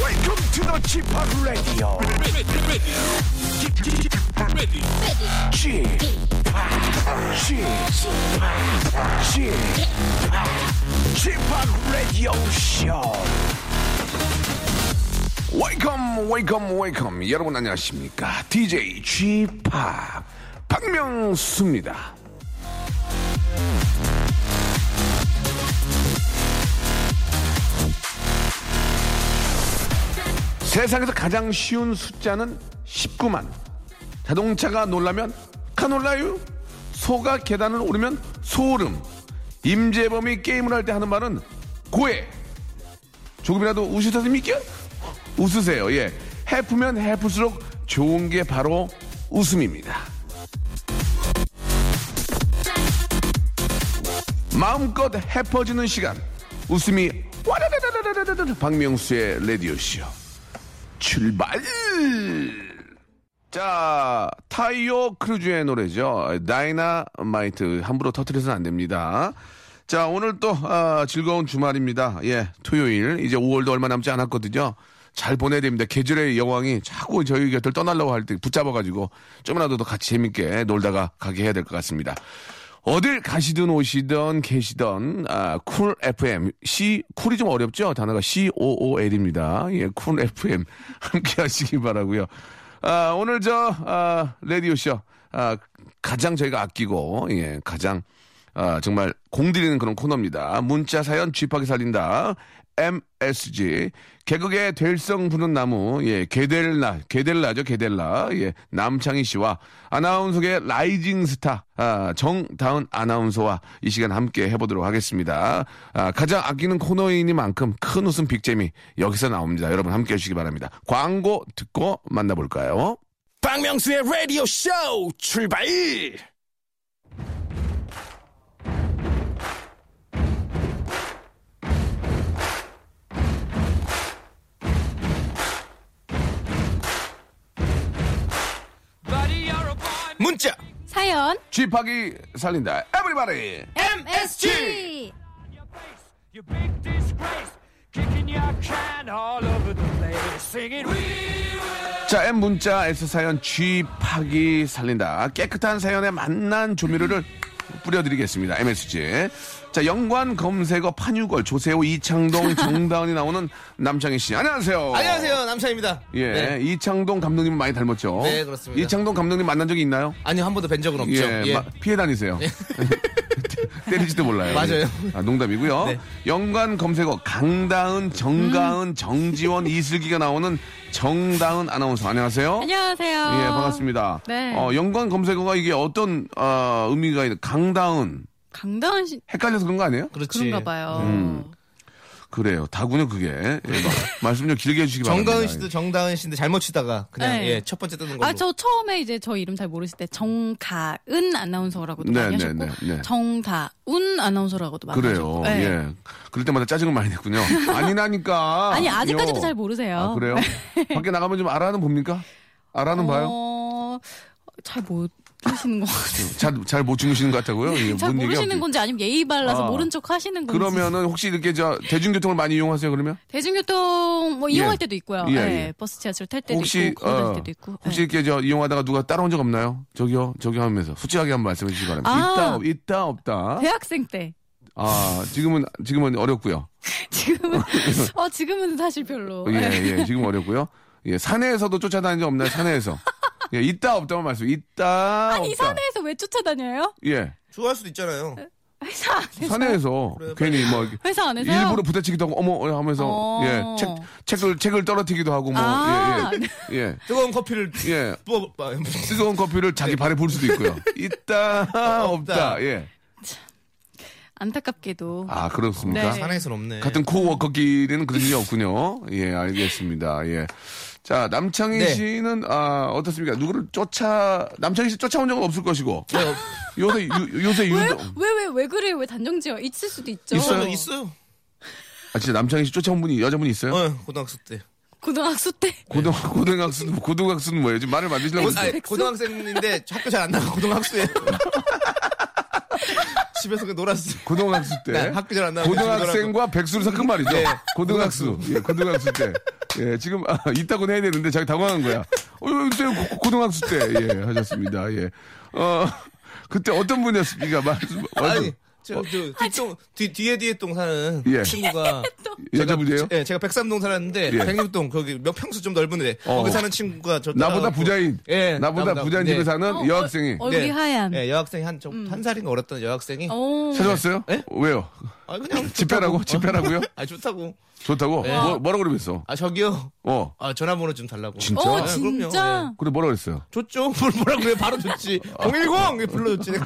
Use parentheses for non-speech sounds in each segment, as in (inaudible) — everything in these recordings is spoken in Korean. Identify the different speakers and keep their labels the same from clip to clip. Speaker 1: Welcome to the Chip Radio. Chip, Chip, Chip, Radio Show. Welcome, welcome, welcome. 여러분 안녕하십니까? DJ G 팍 박명수입니다. 세상에서 가장 쉬운 숫자는 19만. 자동차가 놀라면 카놀라유. 소가 계단을 오르면 소름. 임재범이 게임을 할 때 하는 말은 고해. 조금이라도 웃으셨습니까? 웃으세요. 예. 해프면 해프수록 좋은 게 바로 웃음입니다. 마음껏 해퍼지는 시간. 웃음이 와라라라라라라 박명수의 라디오쇼. 출발! 자, 타이오 크루즈의 노래죠. 다이나마이트. 함부로 터트려서는 안 됩니다. 자, 오늘 또, 아, 즐거운 주말입니다. 예, 토요일. 이제 5월도 얼마 남지 않았거든요. 잘 보내야 됩니다. 계절의 여왕이 자꾸 저희 곁을 떠나려고 할 때 붙잡아가지고 좀이라도 더 같이 재밌게 놀다가 가게 해야 될 것 같습니다. 어딜 가시든 오시든 계시던 아, 쿨 FM C 쿨이 좀 어렵죠 단어가 C O O L입니다 예쿨 FM 함께 하시기 바라고요 아, 오늘 저 아, 라디오 쇼 아, 가장 저희가 아끼고 예 가장 아, 정말 공들이는 그런 코너입니다 문자 사연 쥐파기 살린다 MSG 개그의 될성 부는 나무 예 게델라 게델라죠 게델라 예 남창희 씨와 아나운서계 라이징 스타 아, 정다은 아나운서와 이 시간 함께 해보도록 하겠습니다 아, 가장 아끼는 코너이니만큼 큰 웃음 빅재미 여기서 나옵니다 여러분 함께 해주시기 바랍니다 광고 듣고 만나볼까요
Speaker 2: 박명수의 라디오 쇼 출발! 문자
Speaker 3: 사연
Speaker 1: 쥐파기 살린다 에브리바디
Speaker 3: MSG
Speaker 4: You big disgrace, kicking your can all over the place, singing we will.
Speaker 1: 자, M 문자 S 사연 G 파기 살린다. 깨끗한 사연에 만난 조미료를 뿌려드리겠습니다. MSG. 자, 연관 검색어 판유걸 조세호
Speaker 5: (laughs)
Speaker 1: 이창동 정다은이 나오는 남창희 씨. 안녕하세요.
Speaker 5: 네. 안녕하세요 남창입니다.
Speaker 1: 예,
Speaker 5: 네.
Speaker 1: 이창동 감독님 많이 닮았죠.
Speaker 5: 네, 그렇습니다.
Speaker 1: 이창동 감독님 만난 적이 있나요?
Speaker 5: 아니요 한 번도 뵌 적은 없죠.
Speaker 1: 예,
Speaker 5: 예.
Speaker 1: 마- 피해 다니세요. (laughs) 때리지도 몰라요.
Speaker 5: 맞아요.
Speaker 1: 아, 농담이고요.
Speaker 5: 네.
Speaker 1: 연관 검색어 강다은, 정가은,
Speaker 5: 음.
Speaker 1: 정지원, 이슬기가 나오는 정다은 아나운서. 안녕하세요.
Speaker 3: 안녕하세요
Speaker 1: 예, 반갑습니다.
Speaker 3: 아, 네.
Speaker 1: 어, 연관 검색어가 이게 어떤 어, 의미가 있는 강다운
Speaker 3: 강다은 씨
Speaker 1: 헷갈려서 그런 거 아니에요?
Speaker 5: 그렇지.
Speaker 3: 그런가 봐요
Speaker 1: 음. 그래요. 다군요 그게.
Speaker 3: (laughs)
Speaker 1: 예, 마- 말씀 좀 길게 해주시기 바랍니다. 예.
Speaker 5: 정다은 씨도 정다은 씨인데 잘못 치다가 그냥
Speaker 3: 네.
Speaker 5: 예, 첫 번째 뜨는 걸로.
Speaker 3: 아 저 처음에 이제 저 이름 잘 모르실 때 정가은 아나운서라고도
Speaker 1: 네,
Speaker 3: 많이
Speaker 1: 네,
Speaker 3: 하셨고
Speaker 1: 네, 네.
Speaker 3: 정다운 아나운서라고도 많이
Speaker 1: 그래요.
Speaker 3: 하셨고 네.
Speaker 1: 예. 그럴 때마다 짜증을 많이 냈군요. 아니라니까.
Speaker 3: (laughs) 아니 아직까지도
Speaker 1: 요.
Speaker 3: 잘 모르세요 네.
Speaker 1: 아, 그래요? 밖에 나가면 좀 알아는 봅니까? 알아는 봐요?
Speaker 3: 어, 잘못 하시는 것 같아요
Speaker 1: 잘, 잘 못 주무시는 것 같다고요? 예,
Speaker 3: 네, 잘
Speaker 1: 뭔 얘기야?
Speaker 3: 모르시는 건지 아니면 예의 발라서
Speaker 1: 아.
Speaker 3: 모른 척 하시는 건지
Speaker 1: 그러면은 혹시 이렇게 저 대중교통을 많이 이용하세요, 그러면?
Speaker 3: 대중교통 뭐 이용할
Speaker 1: 예.
Speaker 3: 때도 있고요
Speaker 1: 예,
Speaker 3: 예,
Speaker 1: 예.
Speaker 3: 버스 지하철 탈 때도
Speaker 1: 혹시
Speaker 3: 있고 걸어다닐
Speaker 1: 어,
Speaker 3: 때도 있고
Speaker 1: 혹시
Speaker 3: 예.
Speaker 1: 이렇게 저 이용하다가 누가 따라온 적 없나요? 저기요, 저기 하면서 솔직하게 한번 말씀해 주시기 바랍니다.
Speaker 3: 아.
Speaker 1: 있다, 없- 있다, 없다.
Speaker 3: 네. 대학생 때
Speaker 1: 아 지금은 지금은 어렵고요.
Speaker 3: 지금은 어 지금은 사실 별로.
Speaker 1: 예,
Speaker 3: 네.
Speaker 1: 예, 지금 어렵고요. 예, 사내에서도 쫓아다닌 적 없나요? 사내에서. 예, 있다, 없다만 말씀. 있다,
Speaker 3: 아니
Speaker 1: 없다.
Speaker 3: 사내에서 왜 쫓아다녀요?
Speaker 1: 예,
Speaker 5: 좋아할 수도 있잖아요.
Speaker 3: 네. 회사 안에서
Speaker 1: 사내에서
Speaker 5: 그래요.
Speaker 1: 괜히 뭐 이렇게
Speaker 3: 회사 안에서
Speaker 1: 일부러 부대치기도 하고 어머 어, 하면서
Speaker 3: 어.
Speaker 1: 예, 책 책을 책을 떨어뜨리기도 하고 뭐
Speaker 3: 아.
Speaker 1: 예, 예, 예.
Speaker 5: 뜨거운 커피를
Speaker 1: 예.
Speaker 5: 뽑아.
Speaker 1: 뜨거운 커피를 자기 발에 볼 수도 있고요.
Speaker 5: (laughs)
Speaker 1: 있다, 없다. 예.
Speaker 3: 안타깝게도
Speaker 1: 아, 그렇습니까?
Speaker 3: (laughs) 네.
Speaker 5: 사내에서는 없네.
Speaker 1: 같은 코워커끼리는 그런 일이 없군요. 예, 알겠습니다. 예. 자, 남창희
Speaker 5: 네.
Speaker 1: 씨는, 아, 어떻습니까? 누구를 쫓아, 남창희 씨 쫓아온 적은 없을 것이고.
Speaker 3: (laughs)
Speaker 5: 네,
Speaker 1: 요새, 유, 요새
Speaker 3: 왜
Speaker 1: 유독.
Speaker 3: 왜 왜 왜 그래요? 왜 단정지어? 있을 수도 있죠.
Speaker 5: 있어요 있어요.
Speaker 1: 아, 진짜 남창희 씨 쫓아온 분이, 여자분이 있어요?
Speaker 5: 어 고등학생 때.
Speaker 3: 고등학교 때
Speaker 1: 고등, 고등학생, 고등학생은 뭐예요? 지금 말을
Speaker 3: 네,
Speaker 1: 만드시려고.
Speaker 5: 고, 어, 아니, 고등학생인데 학교 잘 안 나가 고등학생이에요. (laughs) 집에서 그 놀았어.
Speaker 1: 고등학생 때.
Speaker 5: 네, 학교 잘안 나가고
Speaker 1: 고등학생과 백수를 섞은 말이죠.
Speaker 5: 네.
Speaker 1: 고등학수. 예, 고등학수 때. 예, 지금 아, 있다고 해야 되는데 자기 당황한 거야. 어, 그때 고- 고등학생 때 예, 하셨습니다. 예. 어, 그때 어떤 분이었습니까? 말씀
Speaker 5: 아니 저저 뒷동 뒤 뒤에 뒤에 동 사는
Speaker 1: 예.
Speaker 5: 친구가
Speaker 1: 여자분이에요?
Speaker 5: 예, 제가 백삼동 살았는데
Speaker 1: 예.
Speaker 5: 백육동 거기 몇 평수 좀 넓은데
Speaker 1: 어.
Speaker 5: 거기 사는 친구가 저
Speaker 1: 나보다
Speaker 5: 따라와갖고-
Speaker 1: 부자인,
Speaker 5: 예,
Speaker 1: 나보다 부자인 집에
Speaker 5: 네.
Speaker 1: 사는
Speaker 3: 어,
Speaker 1: 여학생이
Speaker 3: 얼- 얼굴이
Speaker 5: 네.
Speaker 3: 하얀. 음.
Speaker 5: 예, 여학생이 한한 살인가 어렸던 여학생이
Speaker 3: 오.
Speaker 1: 찾아왔어요?
Speaker 5: 예?
Speaker 1: 왜요?
Speaker 5: 아 그냥
Speaker 1: 집회라고? 집회라고요?
Speaker 5: 아 좋다고
Speaker 1: 좋다고?
Speaker 5: 예.
Speaker 1: 뭐, 뭐라 그러면서?
Speaker 5: 아 저기요
Speaker 1: 어.
Speaker 5: 아 전화번호 좀 달라고
Speaker 1: 진짜?
Speaker 3: 어,
Speaker 5: 예, 그럼요.
Speaker 3: 진짜?
Speaker 1: 그래 뭐라 그랬어요?
Speaker 5: 줬죠 (laughs) 뭘 뭐라고 왜 바로 줬지
Speaker 1: 어.
Speaker 5: 010 불러줬지 (laughs) 내가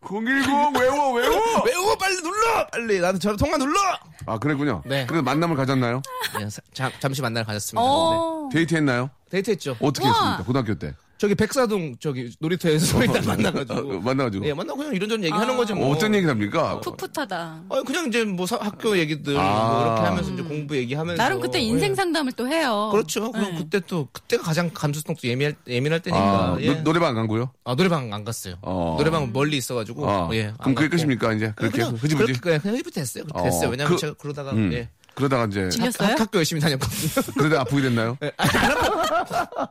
Speaker 1: 010 외워 외워.
Speaker 5: 외우고 빨리 눌러 빨리 나한테 전화 통화 눌러
Speaker 1: 아 그랬군요.
Speaker 5: 네.
Speaker 1: 그래서 만남을 가졌나요?
Speaker 5: 예, 사- 자- 잠시 만나러 가셨습니다
Speaker 3: 어.
Speaker 1: 데이트했나요?
Speaker 5: 네. 데이트했죠
Speaker 1: 어떻게
Speaker 3: 우와.
Speaker 1: 했습니까? 고등학교 때.
Speaker 5: 저기 백사동 저기 놀이터에서 (laughs) 일단
Speaker 1: 어,
Speaker 5: 만나가지고
Speaker 1: 만나가지고.
Speaker 5: 예 만나고 그냥 이런저런
Speaker 3: 아.
Speaker 5: 얘기하는 거죠
Speaker 1: 어,
Speaker 5: 뭐
Speaker 1: 어떤 얘기를 합니까?
Speaker 3: 풋풋하다.
Speaker 5: 아 그냥 이제 뭐 사- 학교 얘기들
Speaker 1: 아.
Speaker 5: 뭐 이렇게 하면서 이제 공부 얘기하면서
Speaker 3: 음. 나름
Speaker 1: 어,
Speaker 3: 그때 인생 어. 네.
Speaker 5: 예.
Speaker 3: 상담을 또 해요.
Speaker 5: 그렇죠. 그럼 그때 또 그때가 가장 감수성도 예민할 예민할 때니까.
Speaker 1: 아,
Speaker 5: 예.
Speaker 1: 노, 노래방 안 간고요?
Speaker 5: 아, 노래방 안 갔어요.
Speaker 1: 어.
Speaker 5: 노래방 멀리 있어가지고.
Speaker 1: 어.
Speaker 5: 예, 안
Speaker 1: 그럼 그게
Speaker 5: 갔고. 아,
Speaker 1: 끝입니까 이제? 그렇게
Speaker 5: 그냥
Speaker 1: 흐지부지.
Speaker 5: 그렇게 그냥 흐지부지했어요. 그렇게
Speaker 1: 어,
Speaker 5: 됐어요. 왜냐면
Speaker 1: 그-
Speaker 5: 제가 그러다가
Speaker 1: 음.
Speaker 5: 예.
Speaker 1: 그러다가 이제
Speaker 3: 질렸어요?
Speaker 5: 학- 학교 열심히 다녔거든요.
Speaker 1: (laughs) 그러다 아프게 됐나요?
Speaker 5: 예,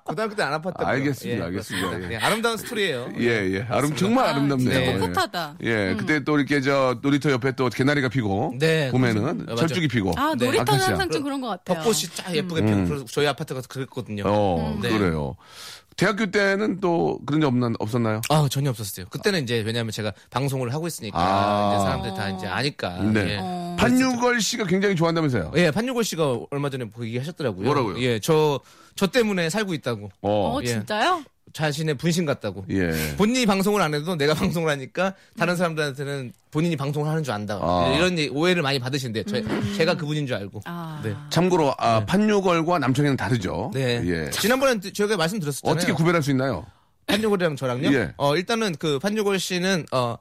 Speaker 5: 고등학교 때 안 아팠다고.
Speaker 1: 알겠습니다, 알겠습니다. 예.
Speaker 5: 아름다운 스토리예요.
Speaker 1: 예, 예. 아름 정말 아름답네요.
Speaker 5: 진짜
Speaker 1: 예.
Speaker 3: 풋풋하다. 음.
Speaker 1: 예, 그때 또 이렇게 저 놀이터 옆에 또 개나리가 피고
Speaker 5: 네,
Speaker 1: 봄에는
Speaker 5: 맞아요.
Speaker 1: 철쭉이 피고
Speaker 3: 아,
Speaker 5: 네.
Speaker 3: 놀이터는
Speaker 1: 아카시아.
Speaker 3: 항상 좀 그런 것 같아요.
Speaker 5: 벚꽃이 쫙 예쁘게 피고 그래서 저희 아파트 가서 그랬거든요.
Speaker 1: 음. 어,
Speaker 3: 음.
Speaker 5: 네.
Speaker 1: 그래요. 대학교 때는 또 그런 적 없나, 없었나요?
Speaker 5: 아 전혀 없었어요. 그때는 이제 왜냐하면 제가 방송을 하고 있으니까
Speaker 1: 아.
Speaker 5: 이제 사람들 다 이제 아니까.
Speaker 1: 네.
Speaker 5: 예.
Speaker 3: 어,
Speaker 1: 판유걸 씨가 굉장히 좋아한다면서요?
Speaker 5: 예, 판유골 씨가 얼마 전에 보기 하셨더라고요.
Speaker 1: 뭐라고요?
Speaker 5: 예, 저, 저 때문에 살고 있다고.
Speaker 1: 어,
Speaker 3: 어,
Speaker 5: 예.
Speaker 3: 진짜요?
Speaker 5: 자신의 분신 같다고.
Speaker 1: 예.
Speaker 5: 본인이 방송을 안 해도 내가 (laughs) 방송을 하니까 다른 사람들한테는 본인이 방송을 하는 줄 안다. 예,
Speaker 1: 아.
Speaker 5: 이런 이- 오해를 많이 받으시는데, 저, 제가 그분인 줄 알고.
Speaker 3: 아.
Speaker 5: 네.
Speaker 1: 참고로 아, 판유걸과 남청이는 다르죠.
Speaker 5: 네.
Speaker 1: 예.
Speaker 5: 지난번에 저희가 말씀드렸었잖아요.
Speaker 1: 어떻게 구별할 수 있나요?
Speaker 5: 판유골이랑 저랑요?
Speaker 1: 예.
Speaker 5: 어, 일단은 그 판유골 씨는, 어,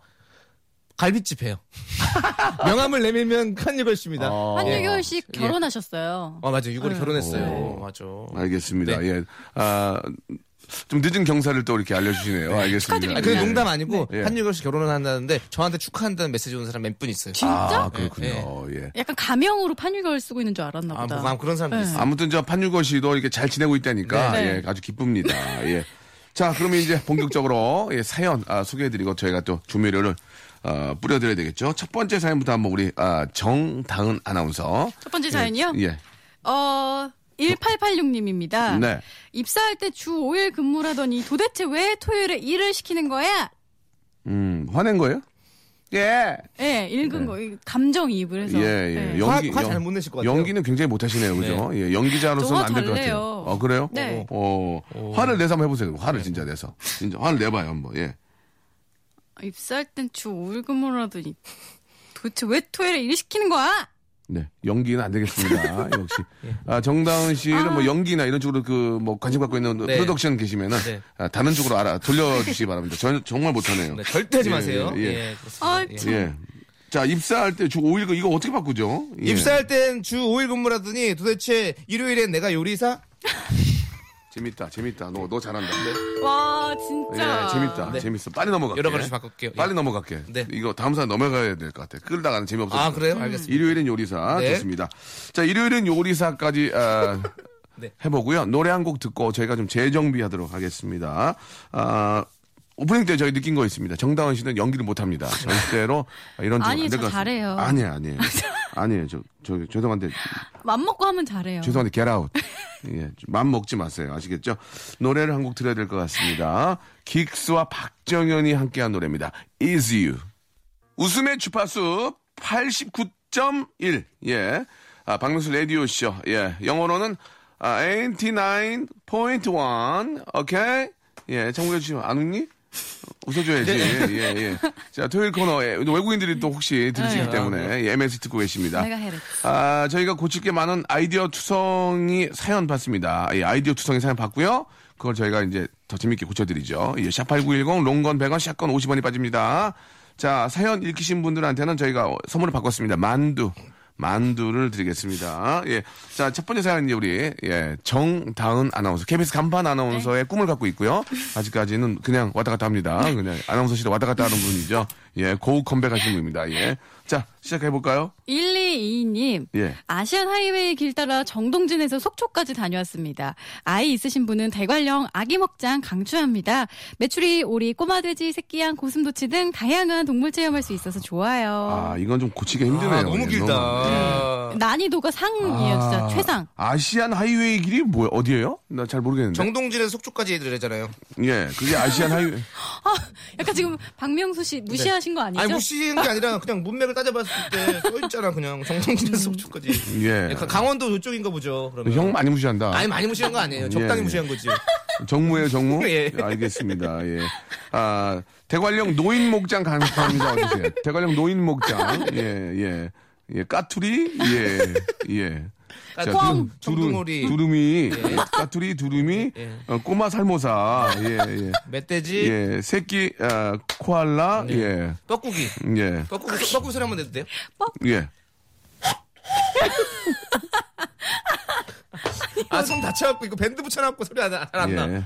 Speaker 5: 갈비집 해요. (laughs) 명함을 내밀면 판유골 씨입니다.
Speaker 1: 어.
Speaker 3: 한유결 씨 결혼하셨어요.
Speaker 5: 어, 맞아요. 유골이 결혼했어요.
Speaker 1: 오.
Speaker 5: 맞아.
Speaker 1: 알겠습니다.
Speaker 5: 네.
Speaker 1: 예. 아, 좀 늦은 경사를 또 이렇게 알려주시네요. 알겠습니다.
Speaker 5: 아,
Speaker 3: 축하드립니다.
Speaker 5: 그
Speaker 1: 예.
Speaker 5: 농담 아니고
Speaker 1: 네. 예.
Speaker 5: 한유걸 씨 결혼을 한다는데 저한테 축하한다는 메시지 오는 사람 몇 분 있어요.
Speaker 3: 진짜?
Speaker 1: 아, 그렇군요. 예.
Speaker 3: 약간 가명으로 판유결 쓰고 있는 줄 알았나
Speaker 5: 아,
Speaker 3: 보다.
Speaker 5: 뭐 그런 사람들 있어요.
Speaker 1: 아무튼 저 판유거 씨도 이렇게 잘 지내고 있다니까
Speaker 3: 네.
Speaker 1: 예, 아주 기쁩니다. 예. 자, 그러면 이제 본격적으로 예, 사연 아, 소개해드리고 저희가 또 조미료를 어, 뿌려드려야 되겠죠. 첫 번째 사연부터 한번 우리 아, 정다은 아나운서.
Speaker 3: 첫 번째 사연이요?
Speaker 1: 예.
Speaker 3: 어, 1886님입니다.
Speaker 1: 네.
Speaker 3: 입사할 때 주 5일 근무라더니 도대체 왜 토요일에 일을 시키는 거야?
Speaker 1: 음, 화낸 거예요? 예.
Speaker 3: 예, 읽은 거, 이 감정이입을 해서.
Speaker 1: 예, 예.
Speaker 3: 예.
Speaker 5: 화- 화잘못 내실 것 같아요.
Speaker 1: 연기는 굉장히 못하시네요, 그죠? 예, 연기자로서는
Speaker 3: 저
Speaker 1: 안 될 것
Speaker 3: 잘
Speaker 1: 같아요.
Speaker 3: 내요.
Speaker 1: 어, 그래요?
Speaker 3: 네.
Speaker 1: 어, 화를 내서 한번 해보세요. 화를 진짜 내서. 진짜 화를 내봐요, 한번. 예.
Speaker 3: 입사할 땐 주 5일 근무라더니 도대체 왜 토요일에 일을 시키는 거야?
Speaker 1: 네, 연기는 안 되겠습니다. 역시. 아, 정다은 씨는 뭐 연기나 이런 쪽으로 그 뭐 관심 갖고 있는
Speaker 5: 네.
Speaker 1: 프로덕션 계시면은
Speaker 5: 네.
Speaker 1: 아, 다른 쪽으로 알아 돌려주시기 바랍니다. 저 정말 못하네요.
Speaker 5: 네, 절대 하지
Speaker 1: 예,
Speaker 5: 마세요.
Speaker 1: 예,
Speaker 5: 예,
Speaker 1: 예.
Speaker 5: 그렇습니다.
Speaker 3: 아,
Speaker 5: 예.
Speaker 3: 참.
Speaker 1: 예. 자, 입사할 때 주 5일 그 이거 어떻게 바꾸죠? 예.
Speaker 5: 입사할 땐 주 5일 근무라더니 도대체 일요일엔 내가 요리사?
Speaker 1: 재밌다, 재밌다. 너 너 잘한다.
Speaker 3: 와,
Speaker 1: 예,
Speaker 3: 진짜.
Speaker 1: 재밌다, 재밌어. 빨리 넘어갈게.
Speaker 5: 네. 여러 가지 바꿀게요. 예.
Speaker 1: 빨리 넘어갈게.
Speaker 5: 네.
Speaker 1: 이거 다음 사람 넘어가야 될 것 같아. 끌다가는 재미없어.
Speaker 5: 아, 그래요? 알겠습니다.
Speaker 1: 일요일엔 요리사
Speaker 5: 네.
Speaker 1: 좋습니다. 자 일요일엔 요리사까지 아,
Speaker 5: (laughs) 네.
Speaker 1: 해보고요. 노래 한 곡 듣고 저희가 좀 재정비하도록 하겠습니다. 아, 오프닝 때 저희 느낀 거 있습니다. 정다은 씨는 연기를 못합니다. 절대로 이런
Speaker 3: 아니,
Speaker 1: 안될것
Speaker 3: 저
Speaker 1: 같습니다.
Speaker 3: 잘해요.
Speaker 1: 아니에요,
Speaker 3: (laughs)
Speaker 1: 아니에요. 아니에요. 저, 저 죄송한데
Speaker 3: 맘 먹고 하면 잘해요.
Speaker 1: 죄송한데 겟아웃. (laughs) 예, 좀맘 먹지 마세요. 아시겠죠? 노래를 한 곡 들어야 될 것 같습니다. 긱스와 박정현이 함께한 노래입니다. Is You. 웃음의 주파수 89.1. 예. 아, 박명수 라디오 쇼. 예. 영어로는 아, 89.1. 오케이. 예. 참고해 주시면 안 웃니? 웃어줘야지.
Speaker 3: 네.
Speaker 1: 예, 예. 자, 토요일 코너에 외국인들이 또 혹시 들으시기 때문에 예, MS 듣고 계십니다.
Speaker 3: 네. 내가 해라.
Speaker 1: 아, 저희가 고칠 게 많은 아이디어 투성이 사연 받습니다. 예, 아이디어 투성이 사연 받고요. 그걸 저희가 이제 더 재밌게 고쳐드리죠. 예, 샵8910, 롱건 100원, 샷건 50원이 빠집니다. 자, 사연 읽히신 분들한테는 저희가 어, 선물을 바꿨습니다. 만두. 만두를 드리겠습니다. 예. 자, 첫 번째 사연이 우리, 예, 정다은 아나운서. KBS 간판 아나운서의 꿈을 갖고 있고요. 아직까지는 그냥 왔다 갔다 합니다. 그냥 아나운서실에 왔다 갔다 하는 분이죠. 예, 고우 컴백 하신 분입니다. 예. 자, 시작해볼까요?
Speaker 3: 122님.
Speaker 1: 예.
Speaker 3: 아시안 하이웨이 길 따라 정동진에서 속초까지 다녀왔습니다. 아이 있으신 분은 대관령 아기 먹장 강추합니다. 메추리, 오리, 꼬마돼지, 새끼양, 고슴도치 등 다양한 동물 체험할 수 있어서 좋아요.
Speaker 1: 아, 이건 좀 고치기 힘드네요.
Speaker 5: 아, 너무
Speaker 1: 예,
Speaker 5: 길다. 아.
Speaker 3: 음. 난이도가 상이에요, 진짜 최상.
Speaker 1: 아시안 하이웨이 길이 뭐야? 어디예요? 나 잘 모르겠는데.
Speaker 5: 정동진에서 속초까지 해드렸잖아요.
Speaker 1: 예, 그게 아시안
Speaker 5: (laughs)
Speaker 1: 하이웨이.
Speaker 3: 아, 약간 지금 박명수 씨 무시하신 거 아니죠?
Speaker 5: 아니 무시인 게 아니라 그냥 문맥을 따져봤을 때 써 있잖아 그냥 정동진에서 속초까지.
Speaker 1: 음.
Speaker 5: 네,
Speaker 1: 예.
Speaker 5: 가- 강원도 이쪽인가 보죠. 그러면.
Speaker 1: 형 많이 무시한다.
Speaker 5: 아니 많이 무시한 거 아니에요. 적당히
Speaker 1: 예.
Speaker 5: 무시한 거지.
Speaker 1: 정무예요, 정무?
Speaker 5: (laughs) 예.
Speaker 1: 알겠습니다. 예. 아, 대관령 노인 목장 감사합니다. 어떠세요? 대관령 노인 목장. 예, 예. 예, 까투리, 예, 예. 자,
Speaker 5: 꽝.
Speaker 1: 두루-
Speaker 5: 청둥오리.
Speaker 1: 두루미, 까투리, 두루미,
Speaker 5: 예.
Speaker 1: 어, 꼬마 살모사, 예, 예.
Speaker 5: 멧돼지,
Speaker 1: 예, 새끼, 아, 코알라, 예,
Speaker 5: 떡국이.
Speaker 1: 예,
Speaker 5: 떡국이 떡국 소리 한번 내도 돼요?
Speaker 1: 예.
Speaker 5: 아 손 다쳐갖고 이거 밴드 붙여놨고 소리 안, 안 나.
Speaker 1: 예.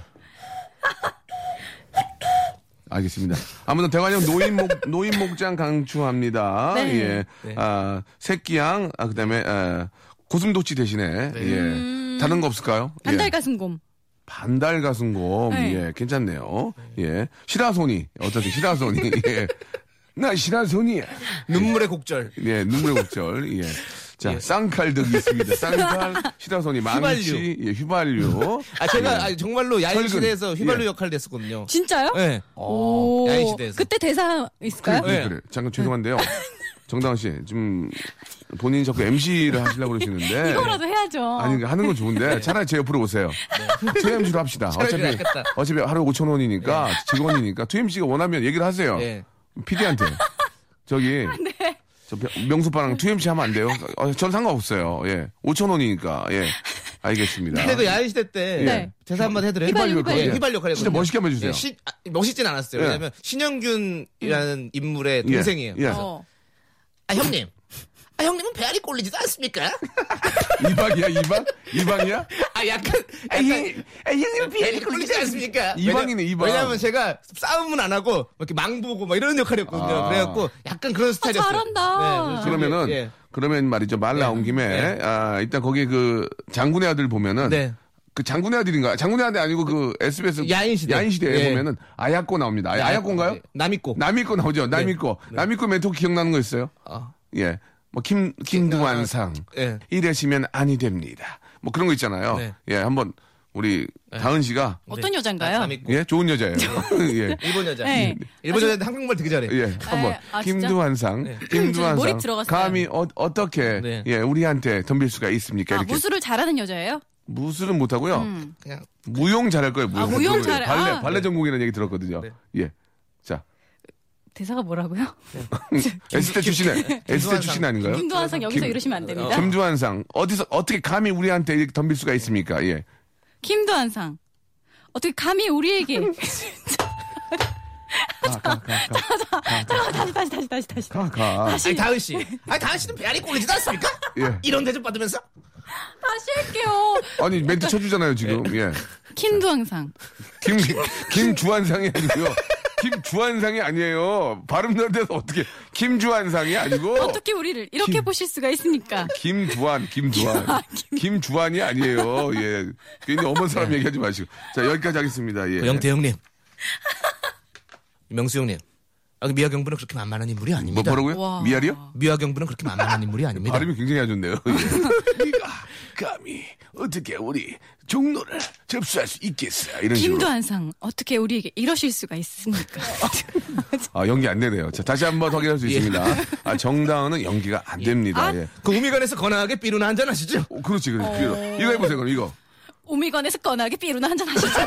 Speaker 1: (laughs) 알겠습니다. 아무튼 대관령 노인목 노인목장 강추합니다.
Speaker 3: 네.
Speaker 1: 예.
Speaker 5: 네.
Speaker 1: 아, 새끼양 아, 그다음에 아, 고슴도치 대신에
Speaker 5: 네.
Speaker 1: 예. 다른 거 없을까요? 예.
Speaker 3: 음. 반달 가슴곰.
Speaker 1: 반달 가슴곰
Speaker 3: 네.
Speaker 1: 예 괜찮네요. 예 시라소니 어떠세요? 시라소니 (laughs) 예. 나 시라소니
Speaker 5: 눈물의 곡절.
Speaker 1: 예 눈물의 곡절 예. 자
Speaker 5: 예.
Speaker 1: 쌍칼등이 있습니다. 쌍칼 시라소니 망치 예, 휘발유 예.
Speaker 5: 아 제가 아니, 정말로
Speaker 1: 철근.
Speaker 5: 야인시대에서 휘발유
Speaker 1: 예. 어.
Speaker 5: 역할을 했었거든요.
Speaker 3: 진짜요?
Speaker 5: 네.
Speaker 3: 오.
Speaker 5: 야인 시대에서.
Speaker 3: 그때 대사 있을까요?
Speaker 1: 그래,
Speaker 5: 예.
Speaker 1: 그래. 네. 잠깐 죄송한데요. 정다은 씨, 좀 본인이 자꾸 MC를 하시려고
Speaker 5: (laughs)
Speaker 1: 그러시는데.
Speaker 3: 이거라도 해야죠.
Speaker 1: 네. 아니, 그, 그러니까 하는 건
Speaker 5: 네.
Speaker 1: 좋은데 차라리 제 옆으로 오세요. 제 MC로 합시다. 어차피,
Speaker 5: 낫겠다. 네.
Speaker 1: 어차피 하루 5천 원이니까 직원이니까 2MC가 원하면 얘기를 하세요.
Speaker 5: 예.
Speaker 1: PD한테. 저기.
Speaker 5: 아, 네.
Speaker 1: 저 명- 명수빠랑 2MC 하면 안 돼요? 어, 전 상관없어요. 예. 5천 원이니까. 예. 알겠습니다.
Speaker 5: 근데 그 야인 시대 때
Speaker 3: 네.
Speaker 5: 제사 한번 해드려요.
Speaker 3: 휘발유, 휘발유.
Speaker 5: 예, 휘발유 역할.
Speaker 1: 예. 진짜 멋있게 한번 해주세요.
Speaker 5: 예, 시, 아, 멋있진 않았어요.
Speaker 1: 예.
Speaker 5: 왜냐면 신영균이라는 인물의
Speaker 1: 예.
Speaker 5: 동생이에요.
Speaker 1: 예.
Speaker 3: 어.
Speaker 5: 아 형님. 아 형님은 배앓이 꼴리지도 않습니까?
Speaker 1: 이방이야, 이방? 이방이야?
Speaker 5: 아 약간 약간
Speaker 1: 형님
Speaker 5: 배알이 꼴리지 않습니까?
Speaker 1: 이방이네, 이방.
Speaker 5: 왜냐면 제가 싸움은 안 하고 뭐 이렇게 망보고 막 이런 역할이었거든요.
Speaker 1: 아.
Speaker 5: 그래갖고 약간 그런 스타일이었어요.
Speaker 3: 잘한다.
Speaker 5: 그래서
Speaker 1: 그러면은
Speaker 5: 예.
Speaker 1: 그러면 말이죠 말 나온 김에
Speaker 5: 예.
Speaker 1: 아 일단 거기 그 장군의 아들 보면은
Speaker 5: 네.
Speaker 1: 그 장군의 아들인가 야군의 아들 아니고 그 SBS
Speaker 5: 야인시대.
Speaker 1: 야인시대에
Speaker 5: 예.
Speaker 1: 보면은 아야꼬 나옵니다 아, 아야꼬인가요?
Speaker 5: 예, 네. 남이꼬.
Speaker 1: 남이꼬 나오죠 남이꼬 남이꼬 멘토 기억나는 거 있어요?
Speaker 5: 아.
Speaker 1: 예. 뭐, 김, 김두한상.
Speaker 5: 예.
Speaker 1: 이래시면 아니 됩니다. 뭐 그런 거 있잖아요.
Speaker 5: 네.
Speaker 1: 예, 한번, 우리, 다은 씨가,
Speaker 3: 어떤
Speaker 5: 네.
Speaker 3: 여잔가요?
Speaker 5: 남이꼬.
Speaker 1: 예, 좋은 여자예요. (laughs) 예.
Speaker 5: 일본 여자.
Speaker 3: 네.
Speaker 5: 일본 여자한테 한국말 되게 잘해.
Speaker 1: 예, 한번
Speaker 3: 아, 아, 진짜?
Speaker 1: 김두한상, 김두한상,
Speaker 3: 저는 몰입 들어갔어요.
Speaker 1: 감히 어, 어떻게
Speaker 5: 네.
Speaker 1: 예 우리한테 덤빌 수가 있습니까?
Speaker 3: 아,
Speaker 1: 이렇게
Speaker 3: 무술을 잘하는 여자예요?
Speaker 1: 무술은 못 하고요.
Speaker 5: 그냥
Speaker 1: 무용 잘할 거예요. 무용,
Speaker 3: 아, 무용 잘해.
Speaker 1: 발레
Speaker 3: 아.
Speaker 1: 발레 전공이라는 얘기 들었거든요.
Speaker 5: 네.
Speaker 1: 예, 자
Speaker 3: 대사가 뭐라고요?
Speaker 1: 에스테 출신에 에스테
Speaker 5: 김두한상. 어.
Speaker 1: 출신 아닌가요?
Speaker 3: 김두한상 여기서
Speaker 1: 김-
Speaker 3: 이러시면 안 됩니다.
Speaker 1: 김두한상 어디서 어떻게 감히 우리한테 이렇게 덤빌 수가 있습니까? 예,
Speaker 3: 김두한상. 어떻게 감히 (laughs) 우리에게 아, 잠깐만 다시 다시 다시 다시 다시
Speaker 1: 가 가.
Speaker 5: 아니 다은 씨. 아니 다은 씨는 배알이 꼴리지도 않습니까?
Speaker 1: 예.
Speaker 5: 이런 대접 받으면서
Speaker 3: 다시 할게요.
Speaker 1: 아니 멘트 쳐주잖아요 지금. 예,
Speaker 3: 네. 김두한상.
Speaker 1: 김 김주한상이 아니고요. 김주한상이 아니에요. 발음 넣어서 어떻게 김주한상이 아니고
Speaker 3: 어떻게 우리를 이렇게
Speaker 1: 김-
Speaker 3: 보실 수가 있습니까?
Speaker 1: 김두한, (laughs) 아, 김두한. 네. 김주한이 아니에요. 예. 괜히 어머 사람 얘기하지 마시고. 자, 여기까지 하겠습니다. 예.
Speaker 5: 뭐 영태 형님. 명수 형님. 아, 미아 경부는 그렇게 만만한 인물이
Speaker 1: 뭐
Speaker 5: 아닙니다.
Speaker 1: 뭐라고요?
Speaker 3: 와.
Speaker 1: 미아리요?
Speaker 5: 미아 경부는 그렇게 만만한 인물이 아닙니다.
Speaker 1: 발음이 굉장히 안 좋네요. (laughs) 예. 네가 감히 어떻게 우리 종로를 접수할 수 있겠어? 이런 식으로.
Speaker 3: 김두한상 어떻게 우리에게 이러실 수가 (laughs) 있습니까?
Speaker 1: 아, 연기 안 되네요. 자, 다시 한번 확인할
Speaker 5: 예.
Speaker 1: 수 있습니다. 아, 정다은은 연기가 안 됩니다. 예.
Speaker 5: 그 우미관에서 건강하게 삐루나 한잔 하시죠.
Speaker 1: 오, 그렇지, 그렇지. 이거- 이거 해보세요, 그럼 이거.
Speaker 3: 오미건에서 꺼나게 삐루나 한잔 하시죠.
Speaker 1: 아,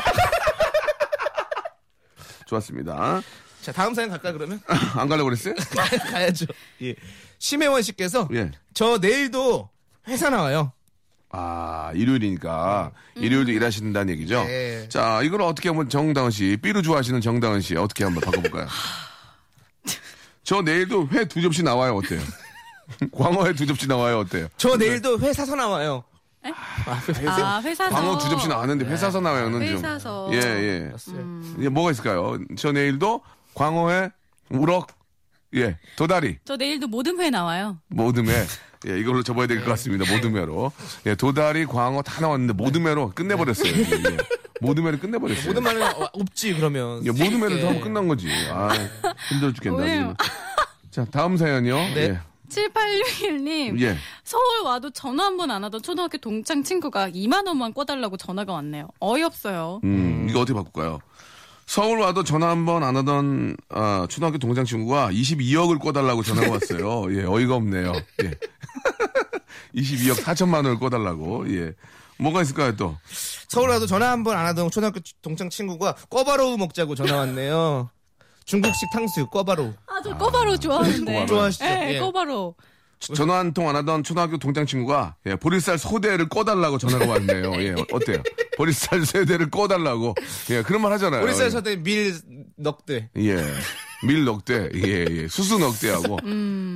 Speaker 1: 좋았습니다.
Speaker 5: 자, 다음 사연
Speaker 1: (laughs)
Speaker 5: 갈까 그러면?
Speaker 1: 안 가려고 그랬어요?
Speaker 5: 가야죠. 예. 심혜원 씨께서
Speaker 1: 예.
Speaker 5: 저 내일도 회사 나와요.
Speaker 1: 아, 일요일이니까
Speaker 3: 네. 음.
Speaker 1: 일요일도 일하신다는 얘기죠.
Speaker 5: 네.
Speaker 1: 자, 이걸 어떻게 한번 정다은 씨, 삐루 좋아하시는 정다은 씨 어떻게 한번
Speaker 3: (laughs)
Speaker 1: 바꿔볼까요? 저 내일도 회 두 접시 나와요
Speaker 3: (laughs)
Speaker 1: 어때요? 광어회 두 접시 나와요 어때요?
Speaker 5: 저 내일도 회사서 나와요.
Speaker 3: 아 회사서 네.
Speaker 1: 광어 두 접시 나왔는데 회사서 나와요는 좀.
Speaker 3: 회사서.
Speaker 1: 음. 예, 예. 이게 뭐가 있을까요? 저 내일도 광어회 우럭 예, 도다리.
Speaker 3: 저 내일도 모든 회 나와요.
Speaker 1: 모듬에. 예, 이걸로 접어야 될 것
Speaker 3: 네.
Speaker 1: 같습니다. 모듬회로. 예, 도다리, 광어 다 나왔는데 모듬회로 끝내버렸어요.
Speaker 3: 네.
Speaker 1: 예, 예. 모듬회를 끝내버렸어요.
Speaker 5: 모든 말은 어, 없지 그러면.
Speaker 1: 예, 모든 애를
Speaker 5: 예.
Speaker 1: 다 하면 끝난 거지. 아, 힘들어 죽겠다.
Speaker 3: 왜요?
Speaker 1: 지금. (laughs) 자, 다음 사연이요.
Speaker 5: 네.
Speaker 3: 7861님.
Speaker 1: 예. 예.
Speaker 3: 서울 와도 전화 한 번 안 하던 초등학교 동창 친구가 2만 원만 꿔달라고 전화가 왔네요. 어이없어요.
Speaker 1: 음, 이거 어떻게 바꿀까요? 서울 와도 전화 한 번 안 하던 아, 초등학교 동창 친구가 22억을 꿔달라고 전화가 왔어요. 예, 어이가 없네요. 예. (laughs) 22억 4천만 원을 꿔달라고. 예. 뭐가 있을까요 또?
Speaker 5: 서울 와도 전화 한 번 안 하던 초등학교 동창 친구가 꿔바로우 먹자고 전화 왔네요. 중국식 탕수육 꿔바로우.
Speaker 3: 아, 저 꺼바로 좋아하는데.
Speaker 1: 꼬바로.
Speaker 5: 좋아하시죠?
Speaker 3: 예,
Speaker 5: 예.
Speaker 3: 꺼바로.
Speaker 1: 전화 한 통 안 하던 초등학교 동창 친구가 예, 보리쌀 소대를 꿔달라고 전화가 왔네요. 예, 어때요? 보리쌀 (laughs) 소대를 꿔달라고. 예, 그런 말 하잖아요.
Speaker 5: 우리
Speaker 1: 예.
Speaker 5: 쌀 저때 밀 넉대.
Speaker 1: 예. 밀 넉대, 예, 예. 수수 (laughs) 넉대하고.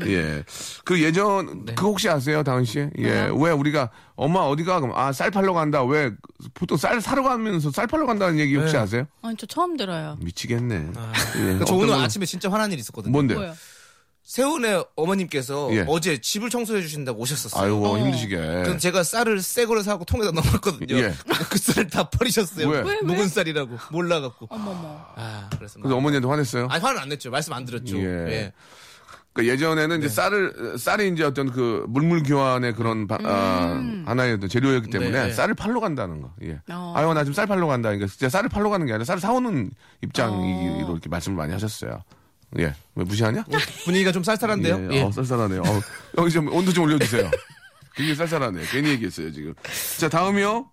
Speaker 1: 예. 그 예전, 그 혹시 아세요, 당은 씨? 예. 왜 우리가, 엄마 어디가? 그럼, 아, 쌀 팔러 간다. 왜, 보통 쌀 사러 가면서 쌀 팔러 간다는 얘기
Speaker 5: 네.
Speaker 1: 혹시 아세요?
Speaker 3: 아니, 저 처음 들어요.
Speaker 1: 미치겠네. 예.
Speaker 5: 저
Speaker 1: 어떤
Speaker 5: 아. 그러니까 오늘
Speaker 1: 걸-
Speaker 5: 아침에 진짜 화난 일이 있었거든요.
Speaker 1: 뭔데?
Speaker 3: 뭐요?
Speaker 5: 세훈의 어머님께서
Speaker 1: 예.
Speaker 5: 어제 집을 청소해 주신다고 오셨었어요.
Speaker 1: 아이고,
Speaker 3: 어.
Speaker 1: 힘드시게.
Speaker 5: 그래서 제가 쌀을 새 거를 사고 통에다 넣었거든요.
Speaker 1: 예.
Speaker 5: 그 쌀을 다 버리셨어요.
Speaker 1: 왜? 왜,
Speaker 3: 왜?
Speaker 5: 묵은 쌀이라고 몰라갖고.
Speaker 3: 어머머.
Speaker 5: 아, 그래서 막-
Speaker 1: 그래서 어머니한테 화냈어요?
Speaker 5: 아니 화는 안 냈죠. 말씀 안 드렸죠.
Speaker 1: 예.
Speaker 5: 예.
Speaker 1: 그 예전에는
Speaker 3: 네.
Speaker 1: 이제 쌀을 쌀이 이제 어떤 그 물물 교환의 그런 바- 아, 하나의 어떤 재료였기 때문에
Speaker 5: 네.
Speaker 1: 살을 팔러 간다는 거. 예.
Speaker 3: 음. 어.
Speaker 1: 아유 나 지금 쌀 팔러 간다. 그러니까 진짜 쌀을 팔러 가는 게 아니라 쌀을 사오는 입장이로
Speaker 3: 어.
Speaker 1: 이렇게 말씀을 많이 하셨어요. 예. 왜 무시하냐?
Speaker 5: 분위기가 좀 쌀쌀한데요.
Speaker 1: 예.
Speaker 5: 예.
Speaker 1: 어, 쌀쌀하네요. 어, 여기 좀 온도 좀 올려주세요. 굉장히 쌀쌀하네. 요 괜히 얘기했어요 지금. 자 다음이요.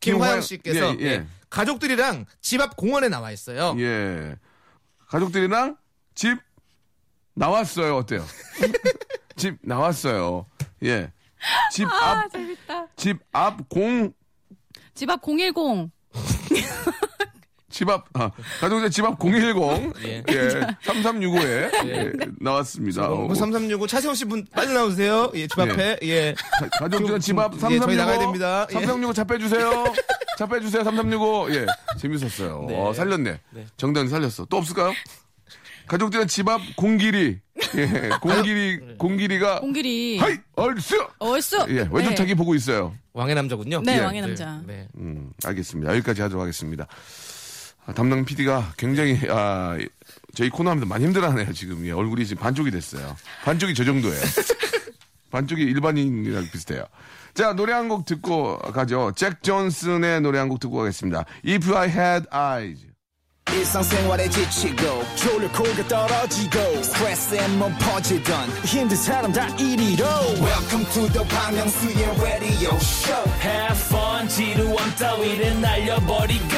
Speaker 5: 김화영 씨께서
Speaker 1: 예. 예.
Speaker 5: 예. 가족들이랑 집 앞 공원에 나와 있어요.
Speaker 1: 예. 가족들이랑 집 나왔어요. 어때요? (laughs) 집 나왔어요. 예. 집
Speaker 3: 아,
Speaker 1: 앞,
Speaker 3: 재밌다.
Speaker 1: 집 앞 공,
Speaker 3: 집 앞 010.
Speaker 1: 집 앞, 아, 가족들 집 앞 010. 예.
Speaker 5: 예.
Speaker 1: 3365에 예, 나왔습니다. 어,
Speaker 5: 0336 뭐, 차세훈 씨 분 빨리 나오세요. 예, 집 앞에. 예.
Speaker 1: 가- 가족들은 집 앞
Speaker 5: 예,
Speaker 1: 3365.
Speaker 5: 저희 나가야 됩니다. 예.
Speaker 1: 3365 차 빼주세요. 차 빼주세요. 3365. 예. 재밌었어요. 어, 살렸네. 정답이 살렸어. 또 없을까요? 가족들은 집 앞 공길이.
Speaker 5: (laughs)
Speaker 1: 예. 공길이, 공길이가
Speaker 3: 공길이. 네.
Speaker 1: 하이 얼쑤
Speaker 3: 얼쑤.
Speaker 1: 예 외조차기 보고 있어요
Speaker 5: 왕의 남자군요.
Speaker 3: 네,
Speaker 1: 예,
Speaker 3: 왕의 남자.
Speaker 5: 네.
Speaker 1: 음 알겠습니다 여기까지 하도록 하겠습니다 아, 담당 PD가 굉장히 아 저희 코너 하면서 많이 힘들어하네요 지금 예, 얼굴이 지금 반쪽이 됐어요 반쪽이 저 정도예요 (laughs) 반쪽이 일반인이랑 비슷해요 자 노래 한 곡 듣고 가죠 잭 존슨의 노래 한 곡 듣고 가겠습니다 If I Had Eyes
Speaker 6: 일상생활에 지치고, 졸려 코가 떨어지고, 스트레스에 몸 퍼지던, 힘든 사람 다 이리로. welcome to the Bang Myung-soo's radio show
Speaker 4: Have fun 지루함 따위를 날려버리고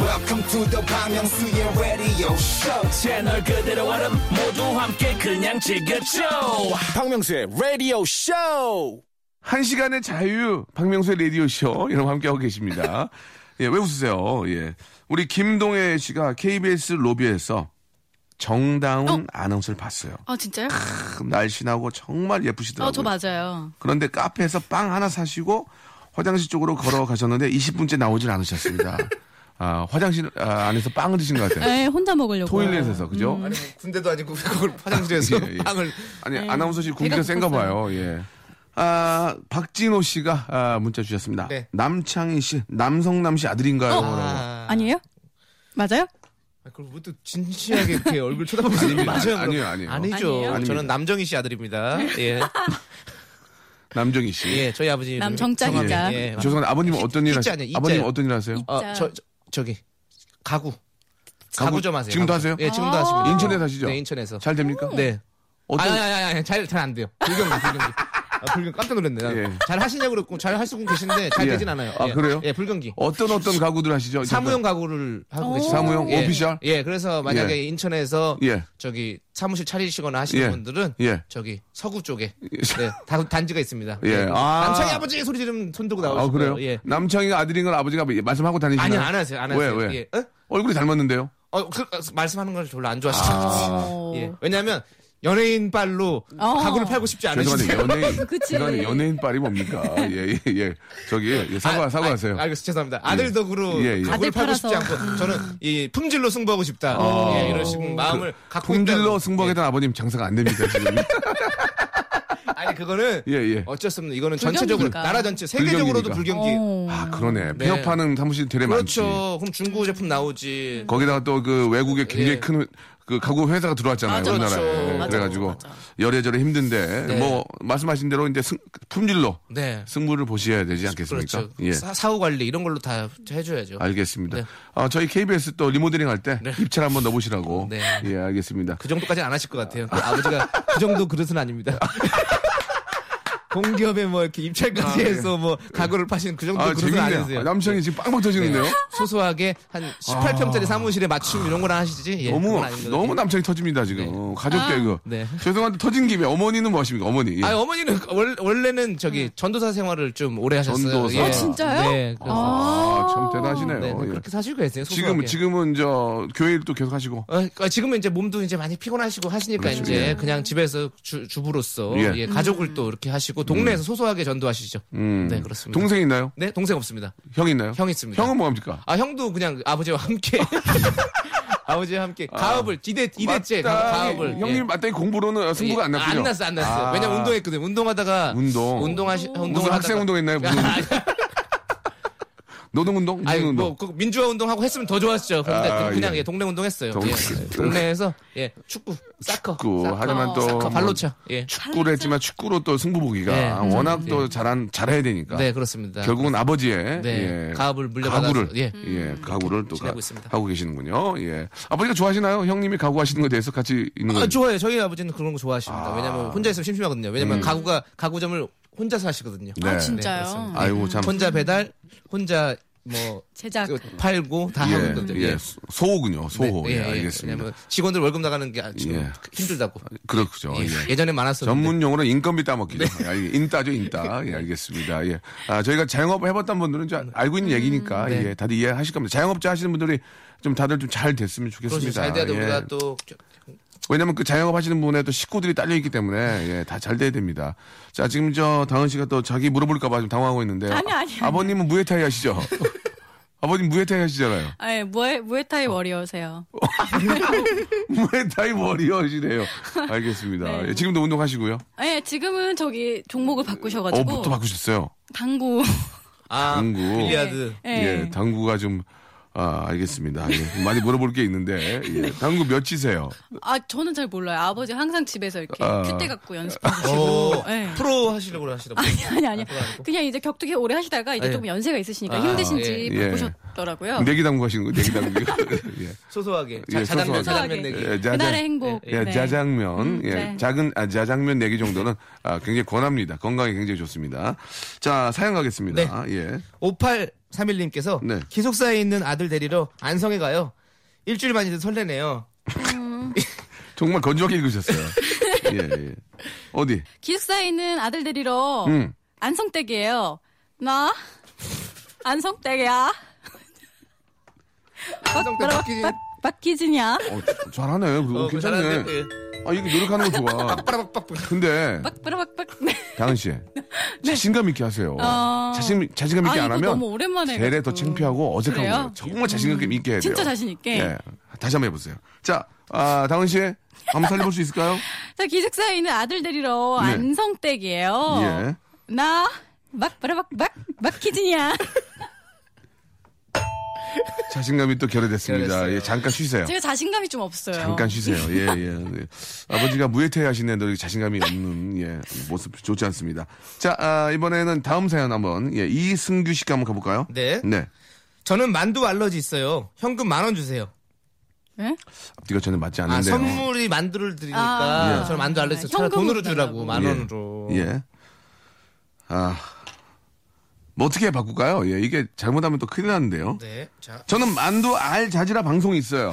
Speaker 6: welcome to the Bang Myung-soo's radio show
Speaker 4: 채널 그대로 와름 모두 함께 그냥 즐겨줘
Speaker 2: 박명수의 라디오 쇼.
Speaker 1: 한 시간의 자유, 박명수의 라디오쇼, 여러분 함께하고 계십니다. 예, 왜 웃으세요? 예. 우리 김동혜 씨가 KBS 로비에서 정다운
Speaker 3: 어?
Speaker 1: 아나운서를 봤어요.
Speaker 3: 아, 진짜요?
Speaker 1: 크, 날씬하고 정말 예쁘시더라고요.
Speaker 3: 어, 저 맞아요.
Speaker 1: 그런데 카페에서 빵 하나 사시고 화장실 쪽으로 걸어가셨는데 20분째 나오질
Speaker 5: (laughs)
Speaker 1: 않으셨습니다. 아, 화장실 아, 안에서 빵을 드신 것
Speaker 5: 네.
Speaker 1: 같아요.
Speaker 3: 에 네, 혼자 먹으려고.
Speaker 1: 토일렛에서, 그죠?
Speaker 5: 아니, 뭐 군대도 아니고 (laughs) 그걸 화장실에서
Speaker 1: 예, 예.
Speaker 5: 빵을
Speaker 1: 아니 아나운서 씨 군기가
Speaker 3: 배가
Speaker 1: 센가 봐요. 예. 아 박진호 씨가 아, 문자 주셨습니다.
Speaker 5: 네.
Speaker 1: 남창희 씨, 남성남 씨 아들인가요?
Speaker 5: 어.
Speaker 1: 라고.
Speaker 3: 아니에요? 맞아요?
Speaker 5: 아, 그럼 왜 또 진지하게 이렇게 얼굴 쳐다보시는
Speaker 1: 아닙니다.
Speaker 5: 맞아요?
Speaker 1: 아니에요,
Speaker 5: 그럼.
Speaker 1: 아니에요.
Speaker 5: 아니죠.
Speaker 3: 아니에요?
Speaker 5: 저는 남정희 씨 아들입니다.
Speaker 1: (laughs)
Speaker 5: 예.
Speaker 1: 남정희 씨.
Speaker 5: 예, 저희 아버지.
Speaker 3: 남정짝이자.
Speaker 5: 성함이- 예.
Speaker 1: 죄송한데 아버님 어떤 일
Speaker 5: 이자
Speaker 1: 하세요?
Speaker 5: 아니에요, 이자요.
Speaker 1: 아버님 어떤 일 하세요?
Speaker 5: 어,
Speaker 3: 진짜.
Speaker 5: 저, 저, 저기. 가구.
Speaker 1: 가구
Speaker 5: 가구, 좀 하세요.
Speaker 1: 지금도
Speaker 5: 가구.
Speaker 1: 하세요?
Speaker 5: 예, 지금도 하십니다.
Speaker 1: 인천에 사시죠?
Speaker 5: 네, 인천에서.
Speaker 1: 잘 됩니까?
Speaker 5: 네.
Speaker 1: 어떤-
Speaker 5: 아니, 아니, 아니, 아니, 잘, 잘 안 돼요. 불경기, 불경기. 아, 불경 깜짝 놀랐네. 요
Speaker 1: 예.
Speaker 5: 잘 하시냐고 그랬고, 잘 할 수는 계신데, 잘
Speaker 1: 예.
Speaker 5: 되진 않아요.
Speaker 1: 아,
Speaker 5: 예.
Speaker 1: 그래요?
Speaker 5: 예, 불경기.
Speaker 1: 어떤 어떤 가구들 하시죠?
Speaker 5: 사무용 가구를 하고
Speaker 3: 오.
Speaker 5: 계시죠.
Speaker 1: 사무용?
Speaker 5: 예.
Speaker 1: 오피셜?
Speaker 5: 예, 그래서 만약에
Speaker 1: 예.
Speaker 5: 인천에서
Speaker 1: 예.
Speaker 5: 저기 사무실 차리시거나 하시는
Speaker 1: 예.
Speaker 5: 분들은
Speaker 1: 예.
Speaker 5: 저기 서구 쪽에
Speaker 1: (laughs)
Speaker 5: 네, 다- 단지가 있습니다. 네.
Speaker 1: 예. 아.
Speaker 5: 남창희 아버지 소리 지르면 손 들고
Speaker 1: 아
Speaker 5: 나오시고.
Speaker 1: 그래요?
Speaker 5: 예.
Speaker 1: 남창희가 아들인 걸 아버지가 뭐 말씀하고 다니시나요?
Speaker 5: 아니요, 안 하세요. 안 하세요.
Speaker 1: 왜 왜?
Speaker 5: 예. 어?
Speaker 1: 얼굴이 닮았는데요?
Speaker 5: 어, 그, 그 말씀하는 걸 별로 안 좋아하시죠.
Speaker 3: 어.
Speaker 5: 예. 왜냐면 연예인 빨로
Speaker 3: 어.
Speaker 5: 가구를 팔고 싶지
Speaker 1: 죄송한데
Speaker 5: 않으시죠?
Speaker 1: 연예인
Speaker 3: 그치.
Speaker 1: 죄송한데 연예인 빨이 뭡니까? 예예 예, 예. 저기 예, 사과
Speaker 5: 아,
Speaker 1: 사과하세요.
Speaker 5: 아, 알겠습니다. 죄송합니다. 아들 덕으로
Speaker 1: 예, 예.
Speaker 5: 가구를
Speaker 3: 아들
Speaker 5: 팔고 싶지
Speaker 3: 팔아서.
Speaker 5: 않고 저는 이 품질로 승부하고 싶다.
Speaker 1: 아. 그
Speaker 5: 예, 이런 식으로 마음을 갖고
Speaker 1: 품질로
Speaker 5: 있다고.
Speaker 1: 승부하겠다는 아버님 장사가 안 됩니다
Speaker 5: (laughs)
Speaker 1: 지금.
Speaker 5: 예. 아니 그거는
Speaker 1: 예, 예.
Speaker 5: 어쩔 수 없는 이거는
Speaker 3: 불경기니까.
Speaker 5: 전체적으로 나라 전체 세계적으로도
Speaker 1: 불경기니까.
Speaker 5: 불경기.
Speaker 3: 어.
Speaker 1: 아 그러네.
Speaker 5: 네.
Speaker 1: 폐업하는 사무실 되게 많지.
Speaker 5: 그렇죠. 그럼 중고 제품 나오지.
Speaker 1: 거기다가 또 그 외국에 굉장히
Speaker 5: 예.
Speaker 1: 큰 그 가구 회사가 들어왔잖아요
Speaker 3: 맞아,
Speaker 1: 우리나라에 예,
Speaker 5: 그렇죠. 맞아,
Speaker 1: 그래가지고
Speaker 3: 맞아.
Speaker 1: 열애절에 힘든데
Speaker 5: 네.
Speaker 1: 뭐 말씀하신 대로 이제 승, 품질로
Speaker 5: 네.
Speaker 1: 승부를 보셔야 되지 않겠습니까? 예.
Speaker 5: 그렇죠. 사, 사후 관리 이런 걸로 다 해줘야죠.
Speaker 1: 알겠습니다.
Speaker 5: 네.
Speaker 1: 아, 저희 KBS 또 리모델링 할 때 입찰 한번 넣어보시라고.
Speaker 5: 네.
Speaker 1: 예, 알겠습니다.
Speaker 5: 그 정도까지는 안 하실 것 같아요. 그 아버지가 그 정도 그릇은 아닙니다. (laughs) 공기업에 뭐 이렇게 입찰까지 해서 뭐 가구를 파시는 그 정도
Speaker 1: 예. 아,
Speaker 5: 그릇은
Speaker 1: 재밌네요.
Speaker 5: 아니세요. 네.
Speaker 1: 아, 남창이 지금 빵빵 터지는데요?
Speaker 5: 소소하게 한 18평짜리 사무실에 맞춤 이런 거나 하시지. 예,
Speaker 1: 아. 너무,
Speaker 5: 그건 아닌 것
Speaker 1: 너무
Speaker 5: 같아요.
Speaker 1: 남창이 터집니다, 지금. 어, 가족 개그.
Speaker 5: 네.
Speaker 1: 죄송한데 터진 김에 어머니는 뭐 하십니까? 어머니. 예.
Speaker 5: 아니, 어머니는 월- 원래는 저기 전도사 생활을 좀 오래 하셨어요.
Speaker 1: 네. 전도사. 어,
Speaker 3: 진짜요?
Speaker 5: 네.
Speaker 1: 아,
Speaker 5: 그래서
Speaker 1: 참 대단하시네요.
Speaker 5: 네, 뭐
Speaker 1: 예.
Speaker 5: 그렇게 사시고 계세요.
Speaker 1: 지금,
Speaker 5: 소소하게.
Speaker 1: 지금은 저 교회를 또 계속 하시고.
Speaker 5: 어, 그러니까 지금은 이제 몸도 이제 많이 피곤하시고 하시니까
Speaker 1: 그렇죠,
Speaker 5: 이제
Speaker 1: 예.
Speaker 5: 그냥 집에서 주, 주부로서
Speaker 1: 예.
Speaker 5: 예, 가족을 또 이렇게 하시고 동네에서 소소하게 전도하시죠.
Speaker 1: 음.
Speaker 5: 네 그렇습니다.
Speaker 1: 동생 있나요?
Speaker 5: 네 동생 없습니다.
Speaker 1: 형 있나요?
Speaker 5: 형 있습니다.
Speaker 1: 은뭐 합니까?
Speaker 5: 아 형도 그냥 아버지와 함께 (laughs) 아버지와 함께 가업을 이대 이대째
Speaker 1: 맞다.
Speaker 5: 가업을
Speaker 1: 형님
Speaker 5: 예.
Speaker 1: 마땅히 공부로는 승부가 안
Speaker 5: 예.
Speaker 1: 났군요.
Speaker 5: 안 났어 안 났어.
Speaker 1: 아.
Speaker 5: 왜냐면 운동했거든. 운동하다가
Speaker 1: 운동.
Speaker 5: 운동하시 운동을
Speaker 1: 무슨 학생
Speaker 5: 하다가-
Speaker 1: 운동했나요? 무슨
Speaker 5: (laughs) 아니,
Speaker 1: 노동 운동? 무슨
Speaker 5: 아니
Speaker 1: 운동?
Speaker 5: 뭐그 민주화 운동하고 했으면 더 좋았죠. 근데
Speaker 1: 아,
Speaker 5: 그냥
Speaker 1: 예.
Speaker 5: 예. 동네 운동했어요.
Speaker 1: 동네.
Speaker 5: 예. 동네에서 예 축구, 사커,
Speaker 1: 축구.
Speaker 5: 사커,
Speaker 1: 하지만 또
Speaker 5: 사커,
Speaker 1: 뭐-
Speaker 5: 발로차. 예.
Speaker 1: 축구를 했지만 축구로 또 승부 보기가
Speaker 5: 네, 그렇죠.
Speaker 1: 워낙 또 잘한 잘해야 되니까
Speaker 5: 네 그렇습니다.
Speaker 1: 결국은 아버지의
Speaker 5: 네,
Speaker 1: 예,
Speaker 5: 가업을 물려받아서,
Speaker 1: 가구를 예,
Speaker 5: 예.
Speaker 1: 가구를 또 가,
Speaker 5: 지내고 있습니다.
Speaker 1: 하고 계시는군요. 예, 아버지가 좋아하시나요? 형님이 가구 하시는 거에 대해서 같이 있는
Speaker 5: 아,
Speaker 1: 거죠.
Speaker 5: 좋아요. 저희 아버지는 그런 거 좋아하십니다. 왜냐면 혼자 있으면 심심하거든요. 왜냐면 가구가 가구점을 혼자서 하시거든요.
Speaker 1: 음. 네.
Speaker 3: 진짜요?
Speaker 5: 그렇습니다.
Speaker 1: 아이고 참
Speaker 5: 혼자 배달, 혼자 뭐
Speaker 3: 제작.
Speaker 5: 그 팔고 다
Speaker 1: 예,
Speaker 5: 하거든요.
Speaker 1: 예, 소- 소호군요.
Speaker 5: 네,
Speaker 1: 소호. 예, 알겠습니다.
Speaker 5: 왜냐면 직원들 월급 나가는 게 아주
Speaker 1: 예.
Speaker 5: 힘들다고.
Speaker 1: 그렇죠. 예.
Speaker 5: 예. 전에 많았었는데.
Speaker 1: 전문 용어로 인건비 따먹기죠. 아, 이게 인따죠, 인따. 예, 알겠습니다. 예. 아, 저희가 자영업 해봤던 분들은 이제 알고 있는 얘기니까,
Speaker 5: 네.
Speaker 1: 예, 다들 이해하실 겁니다. 자영업자 하시는 분들이 좀 다들 좀 잘 됐으면
Speaker 5: 그렇죠.
Speaker 1: 좋겠습니다.
Speaker 5: 잘 돼야 돼.
Speaker 1: 예.
Speaker 5: 우리가 또 저-
Speaker 1: 왜냐면 그 자영업 하시는 분에 또 식구들이 딸려있기 때문에, 예, 다 잘 돼야 됩니다. 자, 지금 저 다은 씨가 또 자기 물어볼까봐 좀 당황하고 있는데요.
Speaker 3: 아니, 아니, 아니.
Speaker 1: 버님은 무에타이 하시죠? (laughs) 아버님 무에타이 하시잖아요.
Speaker 3: 아, 무에 무에타이 워리어세요.
Speaker 1: 무에타이 머리하시네요. 알겠습니다.
Speaker 3: 네.
Speaker 1: 예, 지금도 운동하시고요.
Speaker 3: 예, 지금은 저기 종목을
Speaker 1: 어,
Speaker 3: 바꾸셔가지고
Speaker 1: 또 바꾸셨어요.
Speaker 3: 당구. (laughs)
Speaker 5: 아,
Speaker 1: 당구.
Speaker 5: 빌리아드.
Speaker 3: 예.
Speaker 1: 예, 당구가 좀, 아, 알겠습니다. 예, 많이 물어볼 게 있는데, 예, 당구 몇 치세요?
Speaker 3: 아, 저는 잘 몰라요. 아버지 항상 집에서 이렇게
Speaker 1: 아.
Speaker 3: 큐대 갖고 연습하고.
Speaker 5: 오,
Speaker 3: 예.
Speaker 5: 프로 하시려고 하시다 보니까.
Speaker 3: 아니 아니 그냥 이제 격투기 오래 하시다가 이제
Speaker 5: 예.
Speaker 3: 조금 연세가 있으시니까
Speaker 5: 아,
Speaker 3: 힘드신지
Speaker 1: 예.
Speaker 3: 바꾸셨더라고요.
Speaker 1: 내기 당구 하시는 거, 내기 당구. (laughs) 예.
Speaker 5: 소소하게.
Speaker 1: 예,
Speaker 5: 자,
Speaker 1: 소소하게.
Speaker 5: 자장면, 자장면 내기.
Speaker 1: 예, 자장-
Speaker 3: 그날의 행복.
Speaker 1: 예,
Speaker 3: 네.
Speaker 1: 자장면,
Speaker 3: 음,
Speaker 1: 예,
Speaker 3: 네.
Speaker 1: 작은, 아, 자장면 내기 정도는 아, 굉장히 권합니다. 건강에 굉장히 좋습니다. 자, 사연 가겠습니다.
Speaker 5: 네.
Speaker 1: 예.
Speaker 5: 5831님께서
Speaker 1: 네.
Speaker 5: 기숙사에 있는 아들 데리러 안성에 가요. 일주일 만인데 설레네요.
Speaker 1: 정말 건조하게
Speaker 3: (laughs)
Speaker 1: 읽으셨어요. 예, 예. 어디?
Speaker 3: 기숙사에 있는 아들 데리러
Speaker 1: 음.
Speaker 3: 안성댁이에요. 나 안성댁이야.
Speaker 5: 안성 때 바뀌지.
Speaker 3: 박기진이야.
Speaker 1: 어, 잘하네. 어, 괜찮네.
Speaker 5: 잘하는데, 예.
Speaker 1: 아, 이게 노력하는 거 좋아.
Speaker 5: 빠라박박.
Speaker 1: 근데,
Speaker 3: 박빠라박박.
Speaker 1: 다은
Speaker 3: (laughs)
Speaker 1: 씨 자신감 있게 하세요.
Speaker 3: 네. 어.
Speaker 1: 자신 자신감 있게
Speaker 3: 아,
Speaker 1: 안
Speaker 3: 이거
Speaker 1: 하면
Speaker 3: 너무 오랜만에
Speaker 1: 제일
Speaker 3: 해가지고.
Speaker 1: 더 창피하고 어색한
Speaker 3: 그래요? 음,
Speaker 1: 거예요. 정말 자신감 있게 해야 돼요.
Speaker 3: 진짜 자신 있게.
Speaker 1: 예, 다시 한번 해보세요. 자, 아, 다은 씨 한번 살려볼 수
Speaker 3: (laughs)
Speaker 1: 있을까요?
Speaker 3: 자 기숙사에 있는 아들 데리러
Speaker 1: 네.
Speaker 3: 안성댁이에요.
Speaker 1: 예.
Speaker 3: 나 막빠라박박 박기진이야.
Speaker 1: 자신감이 또 결여됐습니다.
Speaker 5: 결여됐어요.
Speaker 1: 예, 잠깐 쉬세요.
Speaker 3: 제가 자신감이 좀 없어요.
Speaker 1: 잠깐 쉬세요. 예, 예. 예. 아버지가 무예태 하시는 데 자신감이
Speaker 3: 네.
Speaker 1: 없는 예, 모습 좋지 않습니다. 자, 아, 이번에는 다음 사연 한번 예, 이승규 씨가 한번 가볼까요?
Speaker 5: 네.
Speaker 1: 네.
Speaker 5: 저는 만두 알러지 있어요. 현금 만 원 주세요.
Speaker 3: 예?
Speaker 1: 앞뒤가 전혀 맞지
Speaker 5: 아,
Speaker 1: 않는데요.
Speaker 5: 선물이 만두를 드리니까
Speaker 3: 아.
Speaker 5: 저는 만두 알러지 있어요. 돈으로
Speaker 3: 현금으로 달라고.
Speaker 5: 주라고 만
Speaker 1: 예.
Speaker 5: 원으로.
Speaker 1: 예. 아. 뭐 어떻게 바꿀까요? 예, 이게 잘못하면 또 큰일 나는데요.
Speaker 5: 네. 자.
Speaker 1: 저는 만두 알 자지라 방송이 (laughs) 있어요.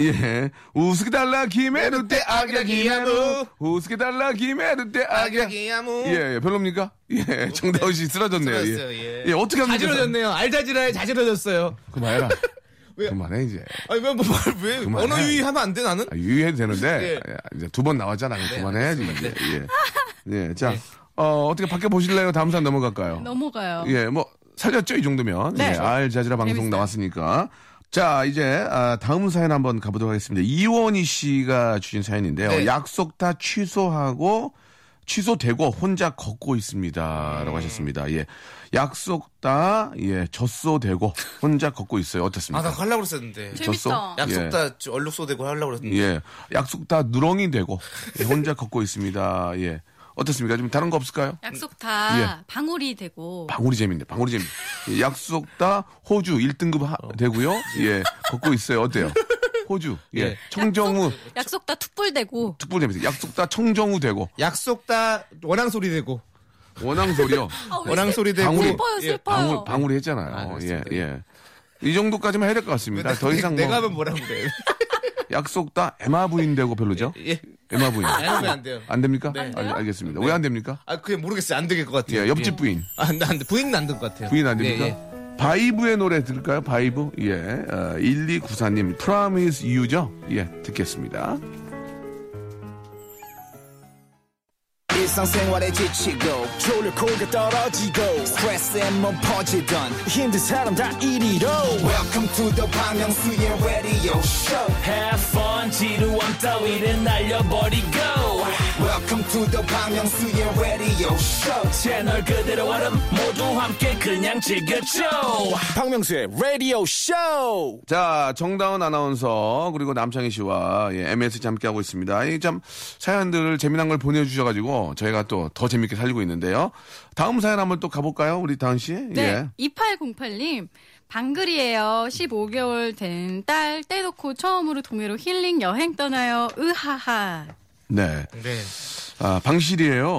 Speaker 1: 예. 우스게 달라 김에루 때 아기야 김에루. 우스게 달라 김에루 때 아기야.
Speaker 5: 아기야무.
Speaker 1: 예, 예, 별로입니까? 예, 정다운 씨 쓰러졌네요.
Speaker 5: 쓰러졌어요, 예.
Speaker 1: 어떻게 합니까? (laughs)
Speaker 5: 자지러졌네요. 알자지라에 자지러졌어요.
Speaker 1: 그만해라.
Speaker 5: 왜?
Speaker 1: 그만해 이제.
Speaker 5: 아니 왜, 뭐, 왜
Speaker 1: 그만해.
Speaker 5: 언어 유의하면 안 돼 나는?
Speaker 1: 아, 유의해도 되는데
Speaker 5: 네.
Speaker 1: 아, 이제 두 번 나왔잖아. 요 그만해야지 이제. 예. 예. 자, 어, 어떻게 밖에 보실래요? 다음 사람 넘어갈까요?
Speaker 3: 넘어가요.
Speaker 1: 예, 뭐 살렸죠 이 정도면.
Speaker 3: 네.
Speaker 1: 예, 알자지라 방송
Speaker 3: 재밌어요.
Speaker 1: 나왔으니까. 자, 이제 아, 다음 사연 한번 가보도록 하겠습니다. 이원희 씨가 주신 사연인데요.
Speaker 5: 네.
Speaker 1: 약속 다 취소하고 취소되고 혼자 걷고
Speaker 3: 네.
Speaker 1: 있습니다라고 하셨습니다. 예, 약속 다 예, 젖소되고 혼자 걷고 있어요.
Speaker 5: 아 나
Speaker 1: 어떻습니까?
Speaker 5: 하려고 그랬었는데
Speaker 3: 재밌다.
Speaker 5: 약속
Speaker 1: 예.
Speaker 5: 다 얼룩소대고 하려고 그랬는데
Speaker 1: 예. 약속 다 누렁이 되고 예, 혼자 걷고 있습니다. 예. 어떻습니까? 좀 다른 거 없을까요?
Speaker 3: 약속 다
Speaker 1: 예.
Speaker 3: 방울이 되고
Speaker 1: 방울이 재밌네. 방울이
Speaker 5: (laughs)
Speaker 1: 재밌네. 예, 약속 다 호주 1등급 하,
Speaker 5: 어.
Speaker 1: 되고요. 예. 걷고 있어요.
Speaker 5: (laughs)
Speaker 1: 어때요? 호주. 예.
Speaker 5: 예.
Speaker 1: 청정우
Speaker 3: 약속 다 툭불 되고
Speaker 1: 특불 재밌어요. 약속 다 청정우 되고
Speaker 5: 약속 다 원앙 소리 되고
Speaker 1: 원앙
Speaker 5: (laughs)
Speaker 1: 소리요.
Speaker 5: 원앙 소리 되고
Speaker 1: 방울이.
Speaker 3: 아, 슬퍼요
Speaker 5: 예,
Speaker 3: 슬퍼요.
Speaker 1: 방울 방울이 했잖아요.
Speaker 5: 아,
Speaker 1: 예.
Speaker 5: 그렇습니다.
Speaker 1: 예. 이 정도까지만 해야 될 것 같습니다. 더 이상 뭐
Speaker 5: 내가 하면 뭐라고 그래 (laughs)
Speaker 1: 약속 다 에마 부인 되고 별로죠?
Speaker 5: 예.
Speaker 1: 에마 부인.
Speaker 5: 안 하면 안 돼요
Speaker 1: 안 됩니까?
Speaker 5: 네.
Speaker 1: 알, 알겠습니다. 왜 안 됩니까?
Speaker 5: 아 그게 모르겠어요 안 될 것 같아요
Speaker 1: 예, 옆집 부인.
Speaker 5: 안돼 부인 안될것 같아요
Speaker 1: 부인 아닙니까?
Speaker 5: 예, 예.
Speaker 1: 바이브의 노래 들을까요? 바이브? 예. 어, 1294님, Promise You죠? 예, 듣겠습니다.
Speaker 6: 일상생활에 지치고, 졸려 코가 떨어지고, 스트레스에 몸 퍼지던, 힘든 사람 다 이리로. welcome to the Bang Myung-soo's radio show
Speaker 4: Have fun 지루한 따위를 날려버리고
Speaker 6: welcome to the Bang Myung-soo's radio show
Speaker 4: 채널 그대로 얼음 모두 함께 그냥 즐겨줘
Speaker 2: 박명수의 라디오 쇼.
Speaker 1: 자, 정다운 아나운서, 그리고 남창희 씨와 예, MS 함께하고 있습니다. 이 참, 사연들을 재미난 걸 보내주셔가지고, 저희가 또 더 재밌게 살리고 있는데요. 다음 사연 한번 또 가볼까요? 우리 다은 씨? 예.
Speaker 3: 네. 2808님. 방글이에요. 15개월 된 딸 떼놓고 처음으로 동해로 힐링 여행 떠나요. 으하하.
Speaker 1: 네.
Speaker 5: 네.
Speaker 1: 아,
Speaker 5: (laughs)
Speaker 1: 방실이에요.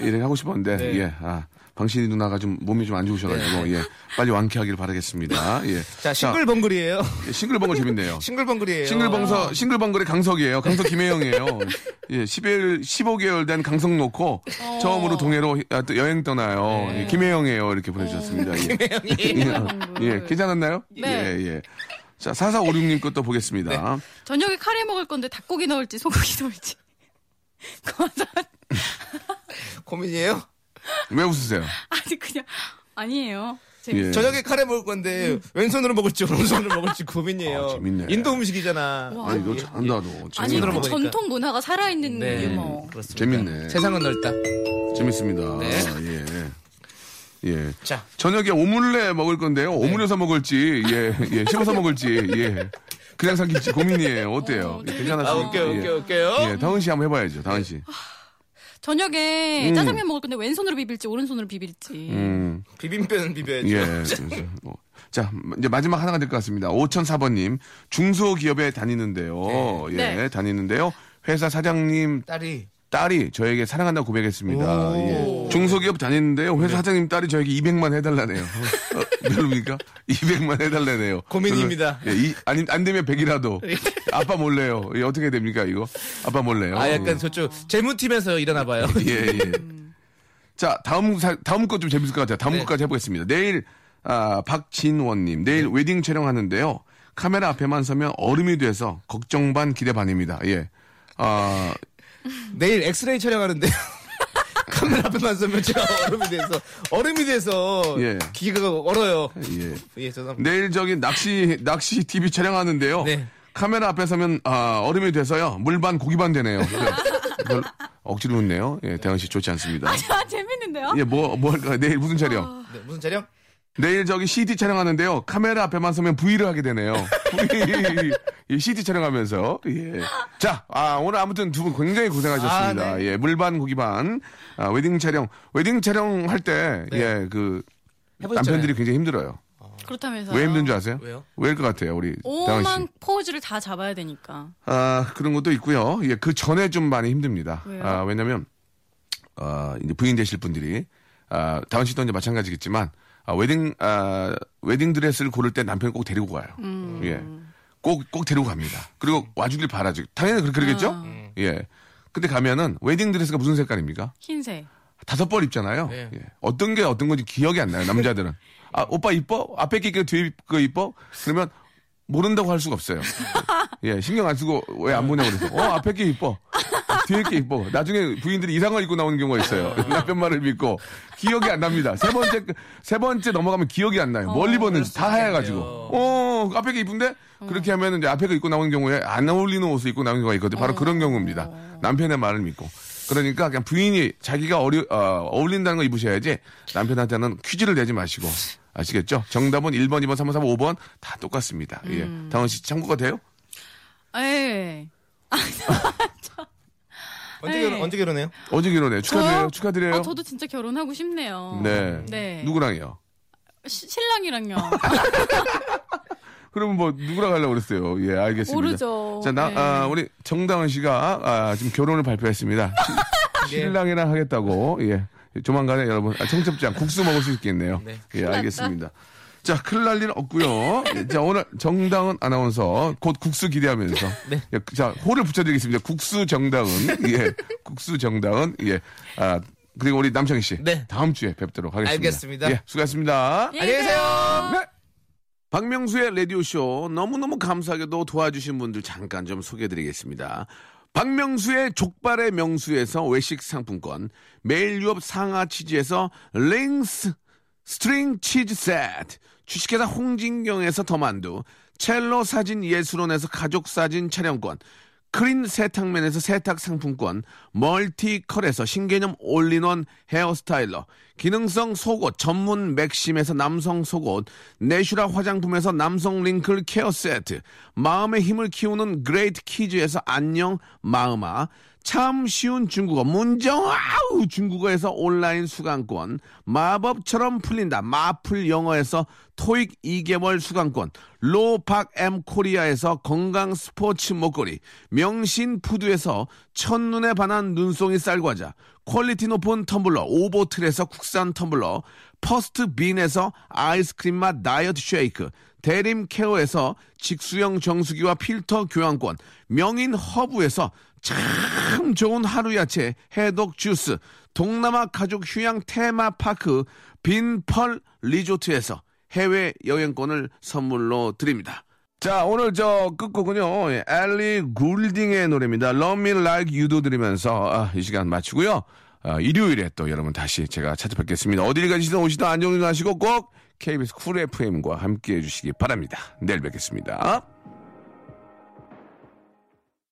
Speaker 1: 이렇게 하고 싶었는데,
Speaker 5: 네.
Speaker 1: 예. 아, 방실이 누나가 좀 몸이 좀 안 좋으셔가지고, 예. 빨리 완쾌하길 바라겠습니다. 예.
Speaker 5: 자 싱글벙글이에요 (laughs)
Speaker 1: 자, 싱글벙글 재밌네요.
Speaker 5: 싱글벙글이에요
Speaker 1: 싱글벙서 싱글벙글의 강석이에요. 강석 김혜영이에요. 예, 11 15개월 된 강석 놓고 처음으로 동해로 아, 또 여행 떠나요. 예, 김혜영이에요. 이렇게 보내주셨습니다. 김혜영이에요. 예, 예, 괜찮았나요?
Speaker 3: 네.
Speaker 1: 예, 예. 자, 4456님 것도 보겠습니다.
Speaker 3: 저녁에 카레 먹을 건데 닭고기 넣을지 소고기 넣을지. (laughs) 거절.
Speaker 5: 고민이에요
Speaker 1: 왜 웃으세요?
Speaker 3: 아니 그냥 아니에요.
Speaker 1: 예.
Speaker 5: 저녁에 카레 먹을 건데 왼손으로 먹을지 오른손으로 먹을지 고민이에요
Speaker 1: 아, 재밌네.
Speaker 5: 인도 음식이잖아 예.
Speaker 1: 아니, 너 잘한다, 너.
Speaker 3: 아니 그
Speaker 5: 손으로 먹으니까.
Speaker 3: 전통 문화가 살아있는 뭐.
Speaker 5: 네
Speaker 3: 유머.
Speaker 5: 그렇습니다
Speaker 1: 예. 재밌네.
Speaker 5: 세상은 넓다
Speaker 1: 재밌습니다.
Speaker 5: 네.
Speaker 1: 예. 예.
Speaker 5: 자
Speaker 1: 저녁에 오믈레 먹을 건데요. 오므려서 먹을지, 예, 예, 씹어서 먹을지, 예. 그냥 삼길지 고민이에요. 어때요?
Speaker 3: 어,
Speaker 1: 예,
Speaker 5: 아,
Speaker 1: 괜찮았어요.
Speaker 5: 오케이, 오케이, 오케이.
Speaker 1: 예, 다은 씨 한번 해봐야죠, 다은 씨.
Speaker 5: 아,
Speaker 3: 저녁에
Speaker 1: 음.
Speaker 3: 짜장면 먹을 건데 왼손으로 비빌지 오른손으로 비빌지.
Speaker 1: 음,
Speaker 5: 비빔뼈는 비벼야죠.
Speaker 1: 예.
Speaker 5: (laughs)
Speaker 1: 뭐. 자, 이제 마지막 하나가 될 것 같습니다. 5004번님, 중소기업에 다니는데요. 예,
Speaker 3: 네.
Speaker 1: 다니는데요. 회사 사장님
Speaker 5: 딸이
Speaker 1: 딸이 저에게 사랑한다고 고백했습니다.
Speaker 5: 오. 네.
Speaker 1: 예. 중소기업 다니는데요. 회사 사장님 딸이 저에게 200만 해달라네요. 어, 별로입니까? (laughs) 200만 해달라네요.
Speaker 5: 고민입니다.
Speaker 1: 별로- 예, 이- 아니, 안 되면
Speaker 5: (laughs)
Speaker 1: 100이라도. 아빠 몰래요. 예, 어떻게 됩니까, 이거? 아빠 몰래요.
Speaker 5: 아 약간 저쪽 재무팀에서 일하나 봐요. (laughs)
Speaker 1: 예, 예. 자, 다음, 사- 다음 것 좀 재밌을 것 같아요. 다음
Speaker 5: 음. 네.
Speaker 1: 것까지 해보겠습니다. 내일, 아, 박진원님. 내일 웨딩 촬영하는데요. 카메라 앞에만 서면 얼음이 돼서 걱정 반 기대 반입니다. 예. 아,
Speaker 5: 내일 엑스레이 촬영하는데 (laughs) 카메라 앞에만 서면 제가 얼음이 돼서 얼음이 돼서
Speaker 1: 예.
Speaker 5: 기계가 얼어요.
Speaker 1: 예.
Speaker 5: 예, 죄송합니다.
Speaker 1: 내일 저기 낚시 낚시 TV 촬영하는데요.
Speaker 5: 네.
Speaker 1: 카메라 앞에 서면 아, 얼음이 돼서요. 물반 고기반 되네요. 그걸 억지로 웃네요. 예, 대현 씨 좋지 않습니다.
Speaker 3: (laughs) 아 재밌는데요?
Speaker 1: 예, 뭐 뭐 할까요? 내일 무슨 촬영?
Speaker 5: 네, 무슨 촬영?
Speaker 1: 내일 저기 CD 촬영하는데요. 카메라 앞에만 서면 V를 하게 되네요.
Speaker 5: (laughs)
Speaker 1: V. 이 CD 촬영하면서 예. 자, 아, 오늘 아무튼 두 분 굉장히 고생하셨습니다.
Speaker 5: 아,
Speaker 1: 예, 물반 고기반 아, 웨딩 촬영 웨딩 촬영 할 때
Speaker 5: 네.
Speaker 1: 예, 그
Speaker 5: 해보셨잖아요.
Speaker 1: 남편들이 굉장히 힘들어요.
Speaker 3: 그렇다면서요.
Speaker 1: 왜 힘든 줄 아세요?
Speaker 5: 왜요?
Speaker 1: 왜일 것 같아요, 우리 다은 씨?
Speaker 3: 오만 포즈를 다 잡아야 되니까.
Speaker 1: 아, 그런 것도 있고요. 예, 그 전에 좀 많이 힘듭니다.
Speaker 3: 왜요?
Speaker 1: 아, 왜냐면, 아, 이제 부인 되실 분들이, 아, 다은 씨도 이제 마찬가지겠지만, 아, 웨딩, 아, 웨딩 드레스를 고를 때 남편이 꼭 데리고 가요.
Speaker 3: 음.
Speaker 1: 예. 꼭, 꼭 데리고 갑니다. 그리고 와주길 바라죠. 당연히 그렇- 그러겠죠?
Speaker 3: 아. 음.
Speaker 1: 예. 근데 가면은, 웨딩 드레스가 무슨 색깔입니까?
Speaker 3: 흰색.
Speaker 1: 다섯 벌 입잖아요.
Speaker 5: 네.
Speaker 1: 예. 어떤 게 어떤 건지 기억이 안 나요. 남자들은. 아 오빠 이뻐? 앞에 게 있고 뒤에 거 이뻐? 그러면 모른다고 할 수가 없어요. 예, 신경 안 쓰고 왜 안 보냐고 그래서. 어, 앞에 게 이뻐. 뒤에 게 이뻐. 나중에 부인들이 이상한 걸 입고 나오는 경우가 있어요. (laughs) 남편 말을 믿고. 기억이 안 납니다. 세 번째, 세 번째 넘어가면 기억이 안 나요. 멀리 보는지 다 하얘가지고. 어, 앞에 게 이쁜데? 그렇게 하면 이제 앞에 거 입고 나오는 경우에 안 어울리는 옷을 입고 나오는 경우가 있거든요. 바로 그런 경우입니다. 남편의 말을 믿고. 그러니까 그냥 부인이 자기가 어리, 어, 어울린다는 거 입으셔야지 남편한테는 퀴즈를 내지 마시고. 아시겠죠? 정답은 1번, 2번, 3번, 4번, 5번 다 똑같습니다. 예. 당원 씨 참고가 돼요?
Speaker 3: 예.
Speaker 5: 언제
Speaker 3: 네.
Speaker 5: 결혼 언제 결혼해요?
Speaker 1: 어제 결혼해요. 축하드려요.
Speaker 3: 저요?
Speaker 1: 축하드려요.
Speaker 3: 아, 저도 진짜 결혼하고 싶네요.
Speaker 1: 네.
Speaker 3: 네.
Speaker 1: 누구랑요?
Speaker 3: 시-
Speaker 1: (laughs)
Speaker 3: 신랑이랑요.
Speaker 1: 그러면 뭐 누구랑 하려고 그랬어요? 예, 알겠습니다.
Speaker 3: 모르죠.
Speaker 1: 자, 나,
Speaker 3: 네.
Speaker 1: 아, 우리 정당은 씨가 아, 지금 결혼을
Speaker 5: (laughs)
Speaker 1: 발표했습니다.
Speaker 5: 네.
Speaker 1: 시- 신랑이랑 하겠다고. 예. 조만간에 여러분 아, 청첩장 국수 먹을 수 있겠네요.
Speaker 5: 네.
Speaker 1: 예, 알겠습니다. 자, 큰일 날 일은 없고요. 예, 자, 오늘 정당은 아나운서 곧 국수
Speaker 5: (laughs)
Speaker 1: 기대하면서
Speaker 5: 네.
Speaker 1: 예, 자, 호를 붙여드리겠습니다. 국수 정당은 예, 국수 정당은 예, 아 그리고 우리 남창희 씨
Speaker 5: 네.
Speaker 1: 다음 주에 뵙도록 하겠습니다.
Speaker 5: 알겠습니다.
Speaker 1: 예, 수고하셨습니다.
Speaker 3: 예,
Speaker 5: 안녕히 계세요.
Speaker 1: 네. 박명수의 라디오쇼 너무너무 감사하게도 도와주신 분들 잠깐 좀 소개해드리겠습니다. 박명수의 족발의 명수에서 외식 상품권, 매일유업 상하치즈에서 링스 스트링 치즈 세트, 주식회사 홍진경에서 더만두, 첼로 사진 예술원에서 가족 사진 촬영권, 크린 세탁면에서 세탁 상품권, 멀티컬에서 신개념 올인원 헤어스타일러, 기능성 속옷 전문 맥심에서 남성 속옷, 내슈라 화장품에서 남성 링클 케어 세트, 마음의 힘을 키우는 그레이트 키즈에서 안녕 마음아, 참 쉬운 중국어 문정아우 그 중국어에서 온라인 수강권 마법처럼 풀린다 마플 영어에서 토익 2개월 수강권 로팍 엠 코리아에서 건강 스포츠 목걸이 명신 푸드에서 첫눈에 반한 눈송이 쌀과자 퀄리티 높은 텀블러 오보틀에서 국산 텀블러 퍼스트 빈에서 아이스크림 맛 다이어트 쉐이크 대림 케어에서 직수형 정수기와 필터 교환권 명인 허브에서 참 좋은 하루 야채 해독 주스 동남아 가족 휴양 테마파크 빈펄 리조트에서 해외 여행권을 선물로 드립니다. 자 오늘 저 끝곡은요 예, 엘리 굴딩의 노래입니다. Love Me Like You Do 들으면서 아, 이 시간 마치고요. 아, 일요일에 또 여러분 다시 제가 찾아뵙겠습니다. 어디를 가시든 오시든 안전운전하시고 꼭 KBS 쿨 FM과 함께해 주시기 바랍니다. 내일 뵙겠습니다.